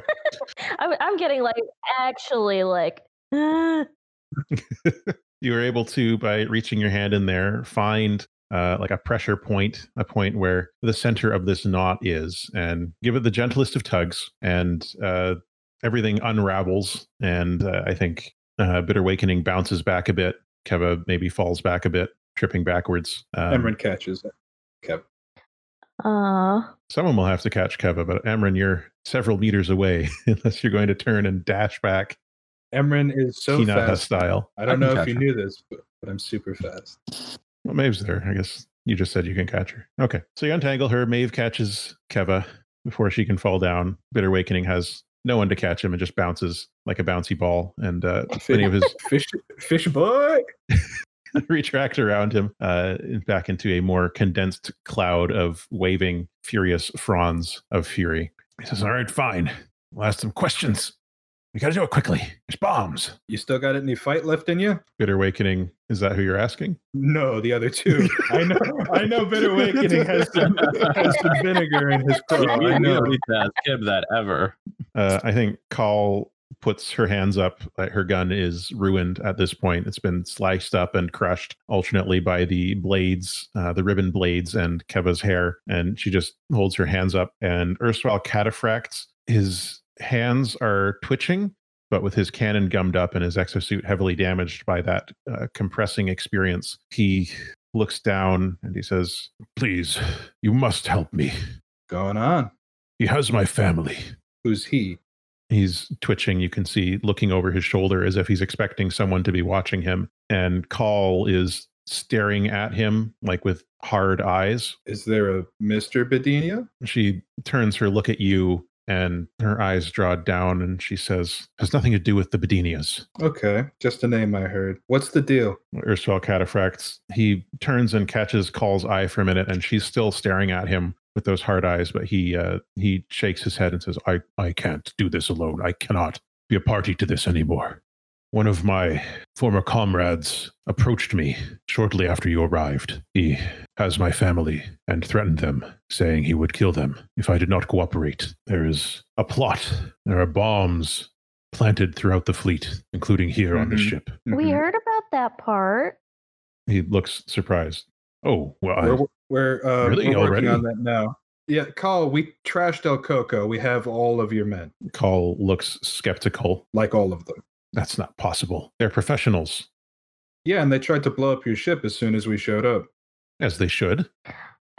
Speaker 5: I'm, I'm getting like actually like
Speaker 1: you were able to by reaching your hand in there find uh, like a pressure point a point where the center of this knot is and give it the gentlest of tugs and uh, everything unravels and uh, i think uh, bitter awakening bounces back a bit keva maybe falls back a bit tripping backwards um,
Speaker 2: Emran catches it. Kev.
Speaker 5: uh
Speaker 1: someone will have to catch keva but Emran, you're several meters away unless you're going to turn and dash back
Speaker 2: Emran is so
Speaker 1: Hinata
Speaker 2: fast.
Speaker 1: style
Speaker 2: I don't
Speaker 3: I can
Speaker 2: know if
Speaker 3: catch
Speaker 2: you
Speaker 3: her.
Speaker 2: knew this, but, but I'm super fast.
Speaker 1: Well, Maeve's there. I guess you just said you can catch her. Okay. So you untangle her. Maeve catches Keva before she can fall down. Bitter Awakening has no one to catch him and just bounces like a bouncy ball. And uh, many of his
Speaker 2: Fish fish boy.
Speaker 1: retract around him uh, back into a more condensed cloud of waving, furious fronds of fury. He says, All right, fine. We'll ask some questions. We got to do it quickly. There's bombs.
Speaker 2: You still got any fight left in you?
Speaker 1: Bitter Awakening, is that who you're asking?
Speaker 2: No, the other two. I know. I know. Bitter Awakening has some, has some vinegar in his
Speaker 3: We-
Speaker 2: crow.
Speaker 3: we
Speaker 2: I know.
Speaker 3: don't need to ask him that ever.
Speaker 1: Uh, I think Call puts her hands up. Like her gun is ruined at this point. It's been sliced up and crushed alternately by the blades, uh, the ribbon blades, and Keva's hair. And she just holds her hands up. And erstwhile cataphracts, his hands are twitching, but with his cannon gummed up and his exosuit heavily damaged by that uh, compressing experience, he looks down and he says, Please, you must help me.
Speaker 2: Going on.
Speaker 1: He has my family.
Speaker 2: Who's he?
Speaker 1: He's twitching. You can see looking over his shoulder as if he's expecting someone to be watching him. And Call is staring at him like with hard eyes.
Speaker 2: Is there a Mister Bedinia?
Speaker 1: She turns her look at you and her eyes draw down and she says, Has nothing to do with the Bedinias.
Speaker 2: Okay, just a name I heard. What's the deal?
Speaker 1: erstwhile cataphracts. He turns and catches Call's eye for a minute, and she's still staring at him with those hard eyes. But he uh, he shakes his head and says, "I I can't do this alone. I cannot be a party to this anymore." One of my former comrades approached me shortly after you arrived. He has my family and threatened them, saying he would kill them if I did not cooperate. There is a plot. There are bombs planted throughout the fleet, including here on the
Speaker 2: Mhm.
Speaker 1: ship.
Speaker 5: we heard about that part.
Speaker 1: He looks surprised. Oh, well, I,
Speaker 2: We're, we're, uh,
Speaker 1: Really?
Speaker 2: we're working
Speaker 1: Already?
Speaker 2: on that now. Yeah, Carl, we trashed El Coco. We have all of your men,
Speaker 1: Call looks skeptical.
Speaker 2: like all of them.
Speaker 1: That's not possible. They're professionals,
Speaker 2: Yeah, and they tried to blow up your ship as soon as we showed up.
Speaker 1: as they should.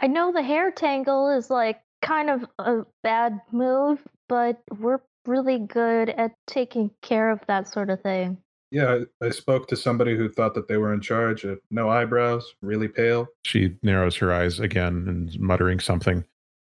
Speaker 5: I know the hair tangle is like kind of a bad move, but we're really good at taking care of that sort of thing.
Speaker 2: Yeah, I, I spoke to somebody who thought that they were in charge. Uh, no eyebrows, really pale.
Speaker 1: She narrows her eyes again and muttering something.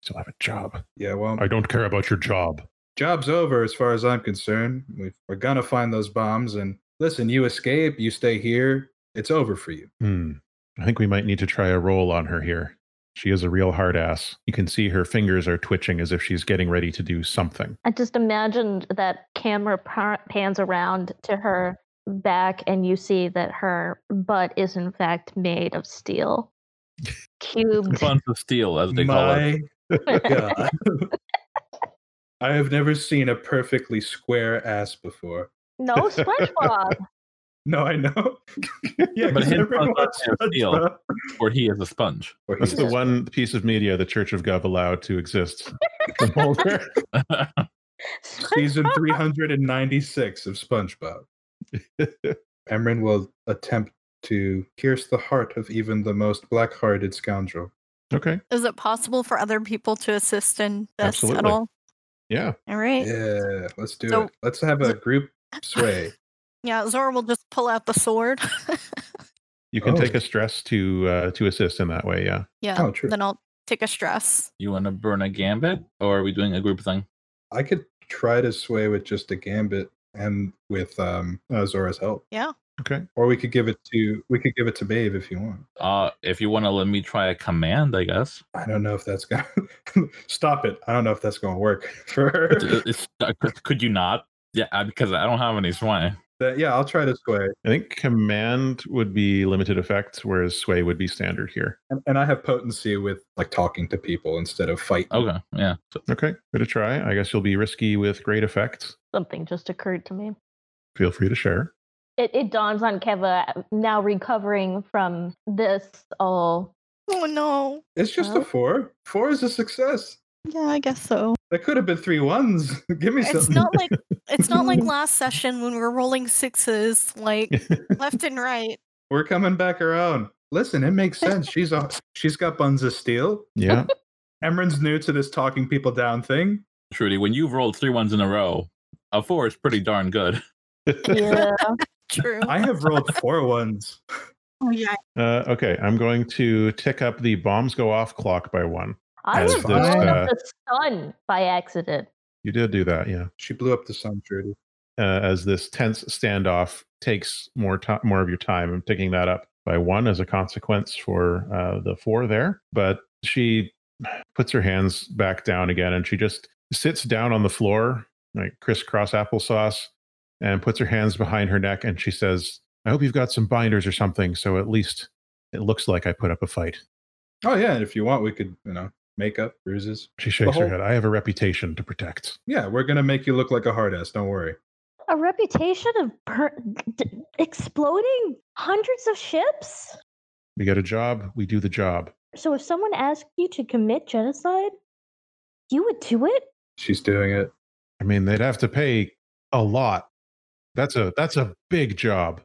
Speaker 1: Still have a job.
Speaker 2: Yeah, well,
Speaker 1: I don't care about your job.
Speaker 2: job's over as far as I'm concerned. we we're gonna find those bombs. And listen, you escape, you stay here. It's over for you.
Speaker 1: Hmm. I think we might need to try a roll on her here. She is a real hard ass. You can see her fingers are twitching as if she's getting ready to do something.
Speaker 5: I just imagined that camera pa- pans around to her back, and you see that her butt is in fact made of steel, cubed.
Speaker 3: Buns of steel, as they call it.
Speaker 2: My God. I have never seen a perfectly square ass before.
Speaker 5: no SpongeBob.
Speaker 2: No, I know. yeah, 'cause
Speaker 3: But his
Speaker 2: everyone
Speaker 3: butt is
Speaker 2: says
Speaker 3: steel.
Speaker 2: that.
Speaker 3: Or he is a sponge.
Speaker 2: Or
Speaker 1: That's
Speaker 2: he's-
Speaker 1: the one piece of media the Church of Gov allowed to exist.
Speaker 2: Season 396 of SpongeBob. Emran will attempt to pierce the heart of even the most black hearted scoundrel.
Speaker 1: okay.
Speaker 4: Is it possible for other people to assist in this at
Speaker 1: Absolutely.
Speaker 4: all?
Speaker 1: Yeah.
Speaker 4: All right. Yeah.
Speaker 2: Yeah, let's do
Speaker 4: So-
Speaker 2: it. Let's have a group sway.
Speaker 4: Zora will just pull out the sword.
Speaker 1: You can
Speaker 2: Oh.
Speaker 1: take a stress to uh, to assist in that way. Yeah.
Speaker 4: yeah.
Speaker 2: Oh, true.
Speaker 4: Then I'll take a stress.
Speaker 3: You want to burn a gambit, or are we doing a group thing?
Speaker 2: I could try to sway with just a gambit and with um, uh, Zora's help.
Speaker 4: Yeah.
Speaker 1: Okay.
Speaker 2: Or we could give it to we could give it to Babe if you want.
Speaker 3: Uh, if you want to let me try a command, I guess.
Speaker 2: I don't know if that's gonna stop it. I don't know if that's gonna work for her.
Speaker 3: It's- uh, could- could you not? Yeah, I- because I don't have any sway.
Speaker 2: But yeah, I'll try to sway.
Speaker 1: I think command would be limited effects, whereas sway would be standard here.
Speaker 2: And, and I have potency with like talking to people instead of fight.
Speaker 3: Okay, yeah. So-
Speaker 1: Okay, good to try. I guess you'll be risky with great effects.
Speaker 5: Something just occurred to me.
Speaker 1: Feel free to share.
Speaker 5: It, it dawns on Keva now recovering from this all.
Speaker 4: Oh no.
Speaker 2: It's just
Speaker 5: Oh.
Speaker 2: a four. Four is a success.
Speaker 4: Yeah, I guess so.
Speaker 2: That could have been three ones. Give me
Speaker 4: It's
Speaker 2: something.
Speaker 4: not like it's not like last session when we were rolling sixes like left and right.
Speaker 2: We're coming back around. Listen, it makes sense. She's a, she's got buns of steel.
Speaker 1: yeah.
Speaker 2: Emran's new to this talking people down thing.
Speaker 3: Trudy, when you've rolled three ones in a row, a four is pretty darn good.
Speaker 1: Uh,
Speaker 5: Yeah.
Speaker 4: True.
Speaker 2: I have rolled four ones.
Speaker 4: Oh yeah.
Speaker 1: Uh, okay, I'm going to tick up the bombs go off clock by one.
Speaker 5: I
Speaker 1: As
Speaker 5: was
Speaker 2: this,
Speaker 5: blowing
Speaker 1: uh,
Speaker 5: up the sun by accident.
Speaker 1: You did do that, yeah.
Speaker 2: She blew up the sun, Trudy.
Speaker 1: Uh, as this tense standoff takes more time, more of your time. I'm ticking that up by one as a consequence for uh, the four there. But she puts her hands back down again, and she just sits down on the floor like crisscross applesauce, and puts her hands behind her neck, and she says, "I hope you've got some binders or something, so at least it looks like I put up a fight."
Speaker 2: Oh yeah, and if you want, we could you know make up bruises.
Speaker 1: She shakes her
Speaker 2: whole-
Speaker 1: head. I have a reputation to protect.
Speaker 2: Yeah, we're gonna make you look like a hard ass. Don't worry.
Speaker 5: A reputation of per- d- exploding hundreds of ships?
Speaker 1: We get a job. We do the job.
Speaker 5: So if someone asked you to commit genocide, you would do it?
Speaker 2: She's doing it.
Speaker 1: I mean, they'd have to pay a lot. That's a that's a big job.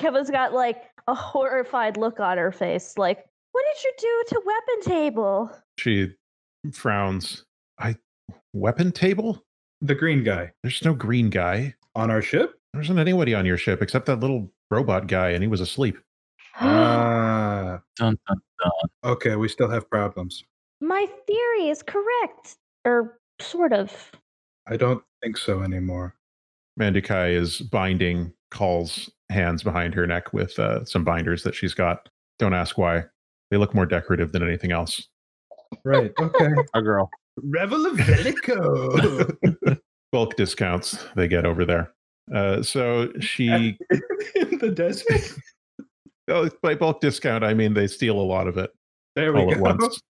Speaker 5: Keva's got like a horrified look on her face, like, what did you do to weapon table?
Speaker 1: She frowns. I weapon table?
Speaker 2: The green guy
Speaker 1: There's no green guy.
Speaker 2: on our ship.
Speaker 1: There isn't anybody on your ship except that little robot guy, and he was asleep. Uh.
Speaker 2: Ah,
Speaker 3: Dun, dun.
Speaker 2: okay. We still have problems.
Speaker 5: My theory is correct. Or sort of.
Speaker 2: I don't think so anymore.
Speaker 1: Mandukai is binding Call's hands behind her neck with uh, some binders that she's got. Don't ask why. They look more decorative than anything else.
Speaker 2: Right. Okay.
Speaker 3: A girl.
Speaker 2: Revel of Velico.
Speaker 1: Bulk discounts they get over there. Uh, so she
Speaker 2: in the desert.
Speaker 1: Oh, by bulk discount, I mean they steal a lot of it
Speaker 2: There we
Speaker 1: all at
Speaker 2: go.
Speaker 1: once.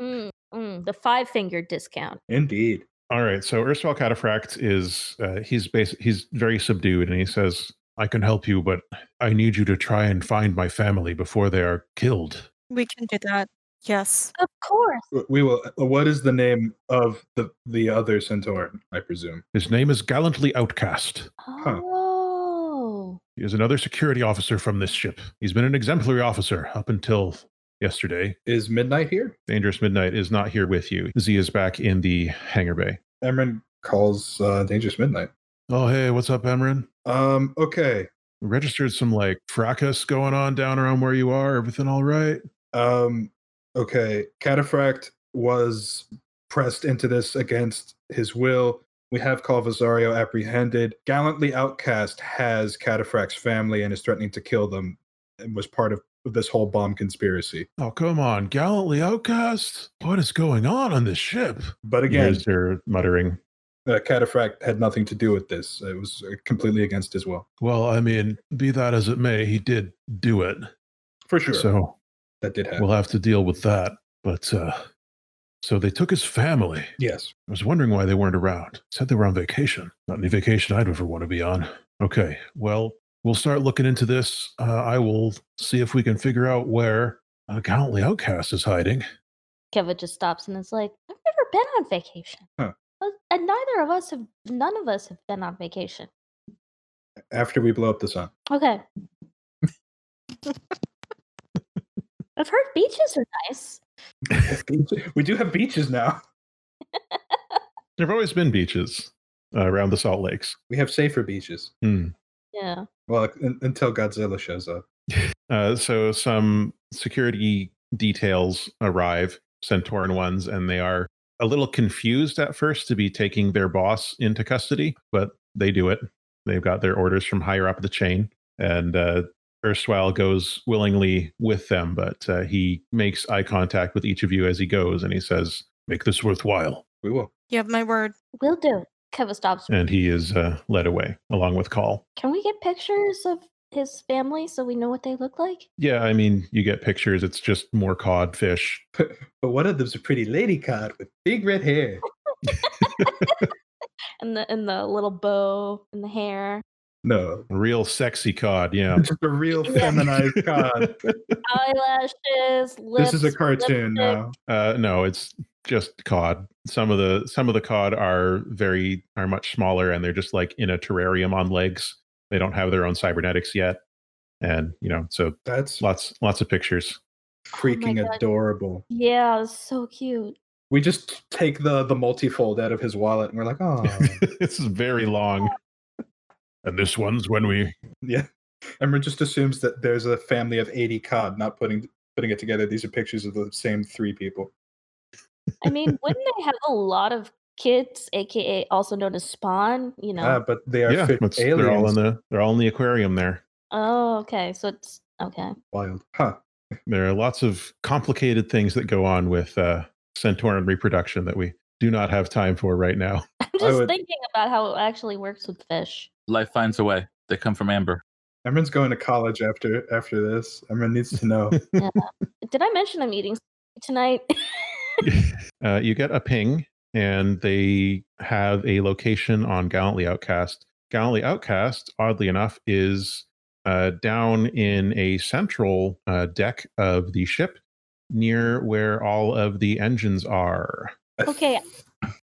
Speaker 5: Mm, mm, the five finger discount.
Speaker 2: Indeed.
Speaker 1: All right, so Erstwhal Cataphract is uh, he's bas- he's very subdued, and he says, "I can help you, but I need you to try and find my family before they are killed."
Speaker 4: We can do that. Yes.
Speaker 5: Of course.
Speaker 2: W- We will. What is the name of the the other Centaur? I presume.
Speaker 1: His name is Gallantly Outcast.
Speaker 5: Oh.
Speaker 1: He is another security officer from this ship. He's been an exemplary officer up until yesterday.
Speaker 2: Is midnight here?
Speaker 1: Dangerous Midnight is not here with you. Z is back in the hangar bay.
Speaker 2: Emran calls uh, dangerous midnight.
Speaker 1: Oh, hey, what's up, Emran?
Speaker 2: Um. Okay.
Speaker 1: registered some like fracas going on down around where you are. Everything all right?
Speaker 2: Um. Okay. Cataphract was pressed into this against his will. We have Calvazario apprehended. Gallantly outcast has Cataphract's family and is threatening to kill them, and was part of this whole bomb conspiracy.
Speaker 1: Oh, come on. Gallantly outcast? What is going on on this ship?
Speaker 2: But again,
Speaker 1: her muttering.
Speaker 2: uh, Cataphract had nothing to do with this. It was uh, completely against his will.
Speaker 1: Well, I mean, be that as it may, he did do it.
Speaker 2: For sure.
Speaker 1: So
Speaker 2: that did happen.
Speaker 1: we'll have to deal with that. But uh so they took his family. I
Speaker 2: yes.
Speaker 1: was wondering why they weren't around. Said they were on vacation. Not any vacation I'd ever want to be on. Okay. Well, we'll start looking into this. Uh, I will see if we can figure out where uh, Gallantly Outcast is hiding.
Speaker 5: Keva just stops and is like, I've never been on vacation.
Speaker 2: Huh.
Speaker 5: Uh, And neither of us have, none of us have been on vacation.
Speaker 2: After we blow up the sun.
Speaker 5: Okay. I've heard beaches are nice.
Speaker 2: we do have beaches now.
Speaker 1: There have always been beaches uh, around the Salt Lakes.
Speaker 2: We have safer beaches.
Speaker 1: Hmm.
Speaker 5: Yeah.
Speaker 2: Well, un- until Godzilla shows up.
Speaker 1: Uh, so some security details arrive, Centauran ones, and they are a little confused at first to be taking their boss into custody, but they do it. They've got their orders from higher up the chain. and uh, erstwhile goes willingly with them, but uh, he makes eye contact with each of you as he goes, and he says, "Make this worthwhile."
Speaker 2: We will.
Speaker 4: You have my word.
Speaker 5: Will do. Keva stops.
Speaker 1: And he is uh, led away along with Call.
Speaker 5: Can we get pictures of his family so we know what they look like?
Speaker 1: Yeah, I mean, you get pictures. It's just more cod fish.
Speaker 2: But one of them's a pretty lady cod with big red hair.
Speaker 5: and the and the little bow and the hair.
Speaker 2: No,
Speaker 1: Real sexy cod. Yeah.
Speaker 2: just a real feminized cod.
Speaker 5: Eyelashes, lips.
Speaker 2: This is a cartoon now.
Speaker 1: Uh, no, it's just cod. Some of the some of the cod are very are much smaller, and they're just like in a terrarium on legs. They don't have their own cybernetics yet, and you know, so
Speaker 2: That's
Speaker 1: lots lots of pictures.
Speaker 2: freaking
Speaker 5: God.
Speaker 2: adorable.
Speaker 5: Yeah, it's so cute.
Speaker 2: We just take the the multifold out of his wallet and we're like, oh
Speaker 1: this is very long. Hmm. And this one's when we
Speaker 2: yeah. Emma just assumes that there's a family of 80 cod, not putting putting it together. These are pictures of the same three people.
Speaker 5: I mean, wouldn't they have a lot of kids, aka also known as spawn? You know.
Speaker 2: Ah, but they are
Speaker 1: yeah,
Speaker 2: fit
Speaker 1: it's-
Speaker 2: aliens.
Speaker 1: they're all in the they're all in the aquarium there.
Speaker 5: oh, okay. So it's okay.
Speaker 2: Wild. Huh.
Speaker 1: There are lots of complicated things that go on with uh, Centauran reproduction that we do not have time for right now.
Speaker 5: I'm just
Speaker 2: would-
Speaker 5: thinking about how it actually works with fish.
Speaker 3: Life finds a way. They come from Amber.
Speaker 2: Emrin's going to college after after this. Emrin needs to know.
Speaker 5: Did I mention I'm eating tonight?
Speaker 1: uh, you get a ping, and they have a location on Gallantly Outcast. Gallantly Outcast, oddly enough, is uh, down in a central uh, deck of the ship near where all of the engines are.
Speaker 2: I th-
Speaker 5: okay.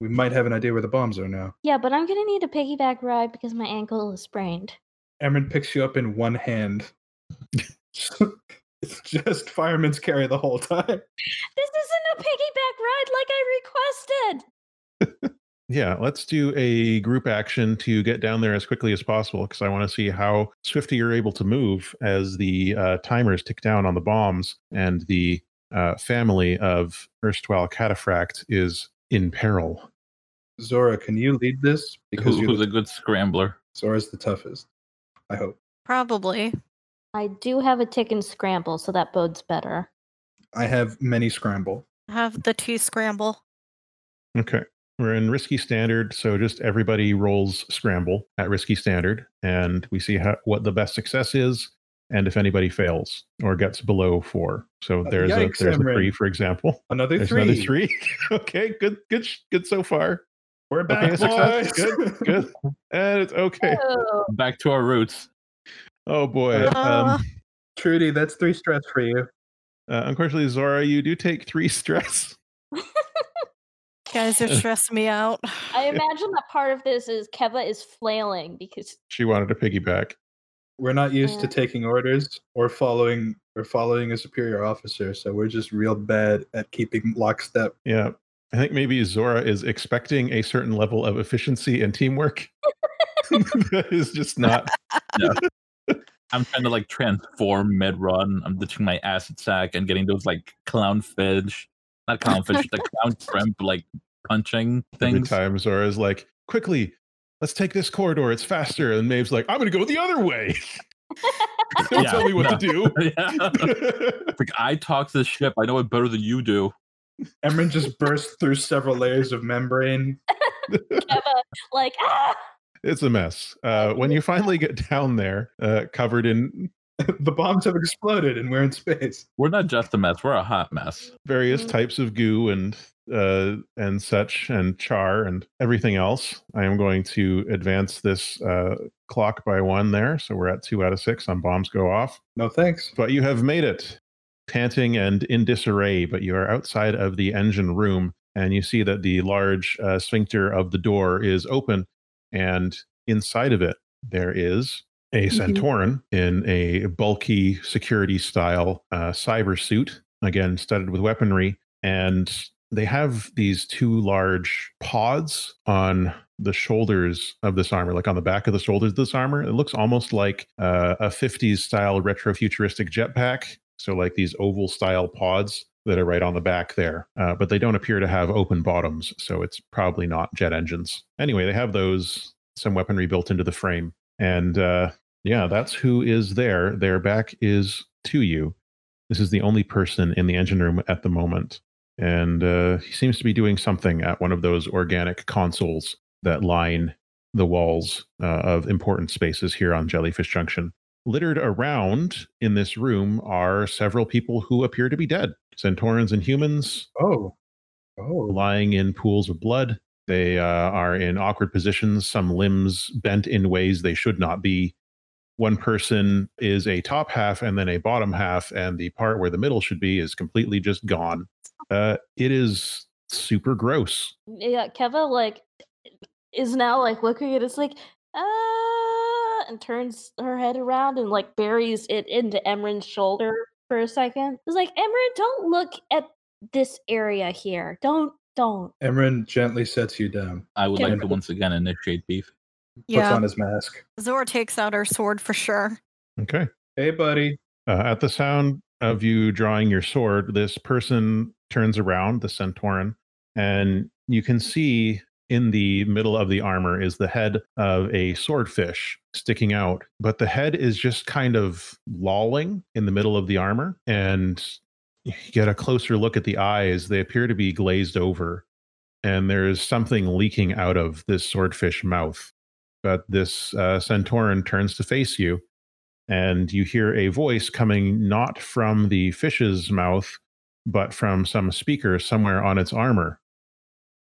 Speaker 2: We might have an idea where the bombs are now.
Speaker 5: Yeah, but I'm gonna need a piggyback ride because my ankle is sprained.
Speaker 2: Emrin picks you up in one hand. it's just fireman's carry the whole time.
Speaker 5: This isn't a piggyback ride like I requested.
Speaker 1: Yeah, let's do a group action to get down there as quickly as possible because I want to see how swiftly you're able to move as the uh, timers tick down on the bombs and the uh, family of erstwhile cataphract is in peril.
Speaker 2: Zora, can you lead this? Because
Speaker 3: Who,
Speaker 2: you're
Speaker 3: who's
Speaker 2: the,
Speaker 3: a good scrambler?
Speaker 2: Zora's the toughest. I hope.
Speaker 4: Probably.
Speaker 5: I do have a tick and scramble, so that bodes better.
Speaker 2: I have many scramble.
Speaker 4: Have the two scramble.
Speaker 1: Okay. We're in risky standard, so just everybody rolls scramble at risky standard, and we see how, what the best success is, and if anybody fails or gets below four. So
Speaker 2: Uh,
Speaker 1: there's
Speaker 2: yikes,
Speaker 1: a there's a
Speaker 2: Emran.
Speaker 1: three, for example.
Speaker 2: Another
Speaker 1: There's
Speaker 2: three.
Speaker 1: another three. okay, good, good, sh- good so far,
Speaker 2: We're
Speaker 1: Okay,
Speaker 2: back,
Speaker 1: success.
Speaker 2: boys.
Speaker 1: Good, good, and it's okay.
Speaker 5: Oh,
Speaker 3: Back to our roots.
Speaker 1: Oh boy.
Speaker 4: Uh.
Speaker 1: Um,
Speaker 2: Trudy, that's three stress for you.
Speaker 1: uh, unfortunately, Zora, you do take three stress.
Speaker 4: You guys are stressing me out.
Speaker 5: I imagine that part of this is Keva is flailing because
Speaker 1: She wanted a piggyback.
Speaker 2: We're not used to
Speaker 5: Yeah.
Speaker 2: taking orders or following or following a superior officer, so we're just real bad at keeping lockstep.
Speaker 1: Yeah. I think maybe Zora is expecting a certain level of efficiency and teamwork. that is just not.
Speaker 3: I'm trying to like transform mid run. I'm ditching my acid sack and getting those like clownfish, not clownfish, the clown shrimp like punching
Speaker 1: Every
Speaker 3: things.
Speaker 1: time Zora is like, quickly, let's take this corridor. It's faster. And Maeve's like, I'm going to go the other way. Don't
Speaker 3: Yeah,
Speaker 1: tell me what
Speaker 3: yeah.
Speaker 1: to do.
Speaker 3: Like I talk to the ship. I know it better than you do.
Speaker 2: Emrin just bursts through several layers of membrane.
Speaker 5: Keva like ah
Speaker 1: it's a mess. Uh, when you finally get down there, uh, covered in
Speaker 2: the bombs have exploded and we're in space.
Speaker 3: We're not just a mess. We're a hot mess.
Speaker 1: various
Speaker 5: Mhm.
Speaker 1: types of goo and uh, and such and char and everything else. I am going to advance this uh, clock by one there, so we're at two out of six on bombs go off.
Speaker 2: No thanks.
Speaker 1: But you have made it, panting and in disarray. But you are outside of the engine room, and you see that the large uh, sphincter of the door is open, and inside of it there is a
Speaker 5: Mhm.
Speaker 1: Centauran in a bulky security style uh, cyber suit, again studded with weaponry. And they have these two large pods on the shoulders of this armor, like on the back of the shoulders of this armor. It looks almost like uh, a 50s style retro futuristic jetpack. So, like these oval style pods that are right on the back there, uh, but they don't appear to have open bottoms. So, it's probably not jet engines. Anyway, they have those, some weaponry built into the frame. And uh, Yeah, that's who is there. Their back is to you. This is the only person in the engine room at the moment. And uh, he seems to be doing something at one of those organic consoles that line the walls uh, of important spaces here on Jellyfish Junction. Littered around in this room are several people who appear to be dead Centaurans and humans,
Speaker 2: Oh, oh,
Speaker 1: lying in pools of blood. They uh, are in awkward positions, some limbs bent in ways they should not be. One person is a top half and then a bottom half, and the part where the middle should be is completely just gone. Uh, it is super gross.
Speaker 5: Yeah, Keva like is now like looking at it's like ah, and turns her head around and like buries it into Emran's shoulder for a second. It's like Emran, don't look at this area here. Don't don't.
Speaker 2: Emran gently sets you down.
Speaker 3: I would
Speaker 5: Okay.
Speaker 3: like to once again initiate beef.
Speaker 2: Puts on his mask.
Speaker 4: Zora takes out her sword for sure.
Speaker 1: Okay.
Speaker 2: Hey, buddy.
Speaker 1: Uh, at the sound of you drawing your sword, this person turns around, the Centauran, and you can see in the middle of the armor is the head of a swordfish sticking out, but the head is just kind of lolling in the middle of the armor. And you get a closer look at the eyes, they appear to be glazed over, and there is something leaking out of this swordfish mouth. But this uh, Centauran turns to face you and you hear a voice coming not from the fish's mouth, but from some speaker somewhere on its armor.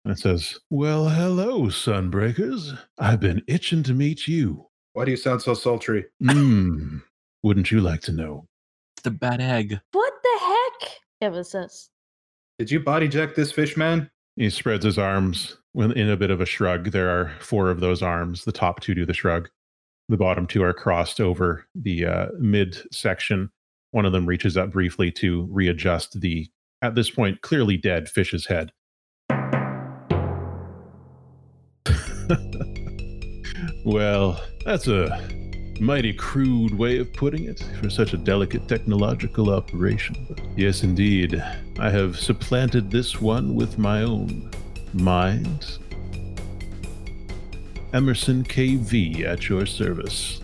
Speaker 1: And it says, Well, hello, Sunbreakers. I've been itching to meet you.
Speaker 2: Why do you sound so sultry?
Speaker 1: Mmm. Wouldn't you like to know?
Speaker 3: It's the bad egg.
Speaker 5: What the heck? Keva says.
Speaker 2: Did you body jack this fish, man?
Speaker 1: He spreads his arms when- in a bit of a shrug. There are four of those arms. The top two do the shrug. The bottom two are crossed over the uh, mid section. One of them reaches up briefly to readjust the, at this point, clearly dead fish's head. well, that's a mighty crude way of putting it for such a delicate technological operation. But yes, indeed. I have supplanted this one with my own mind. Emerson KV at your service.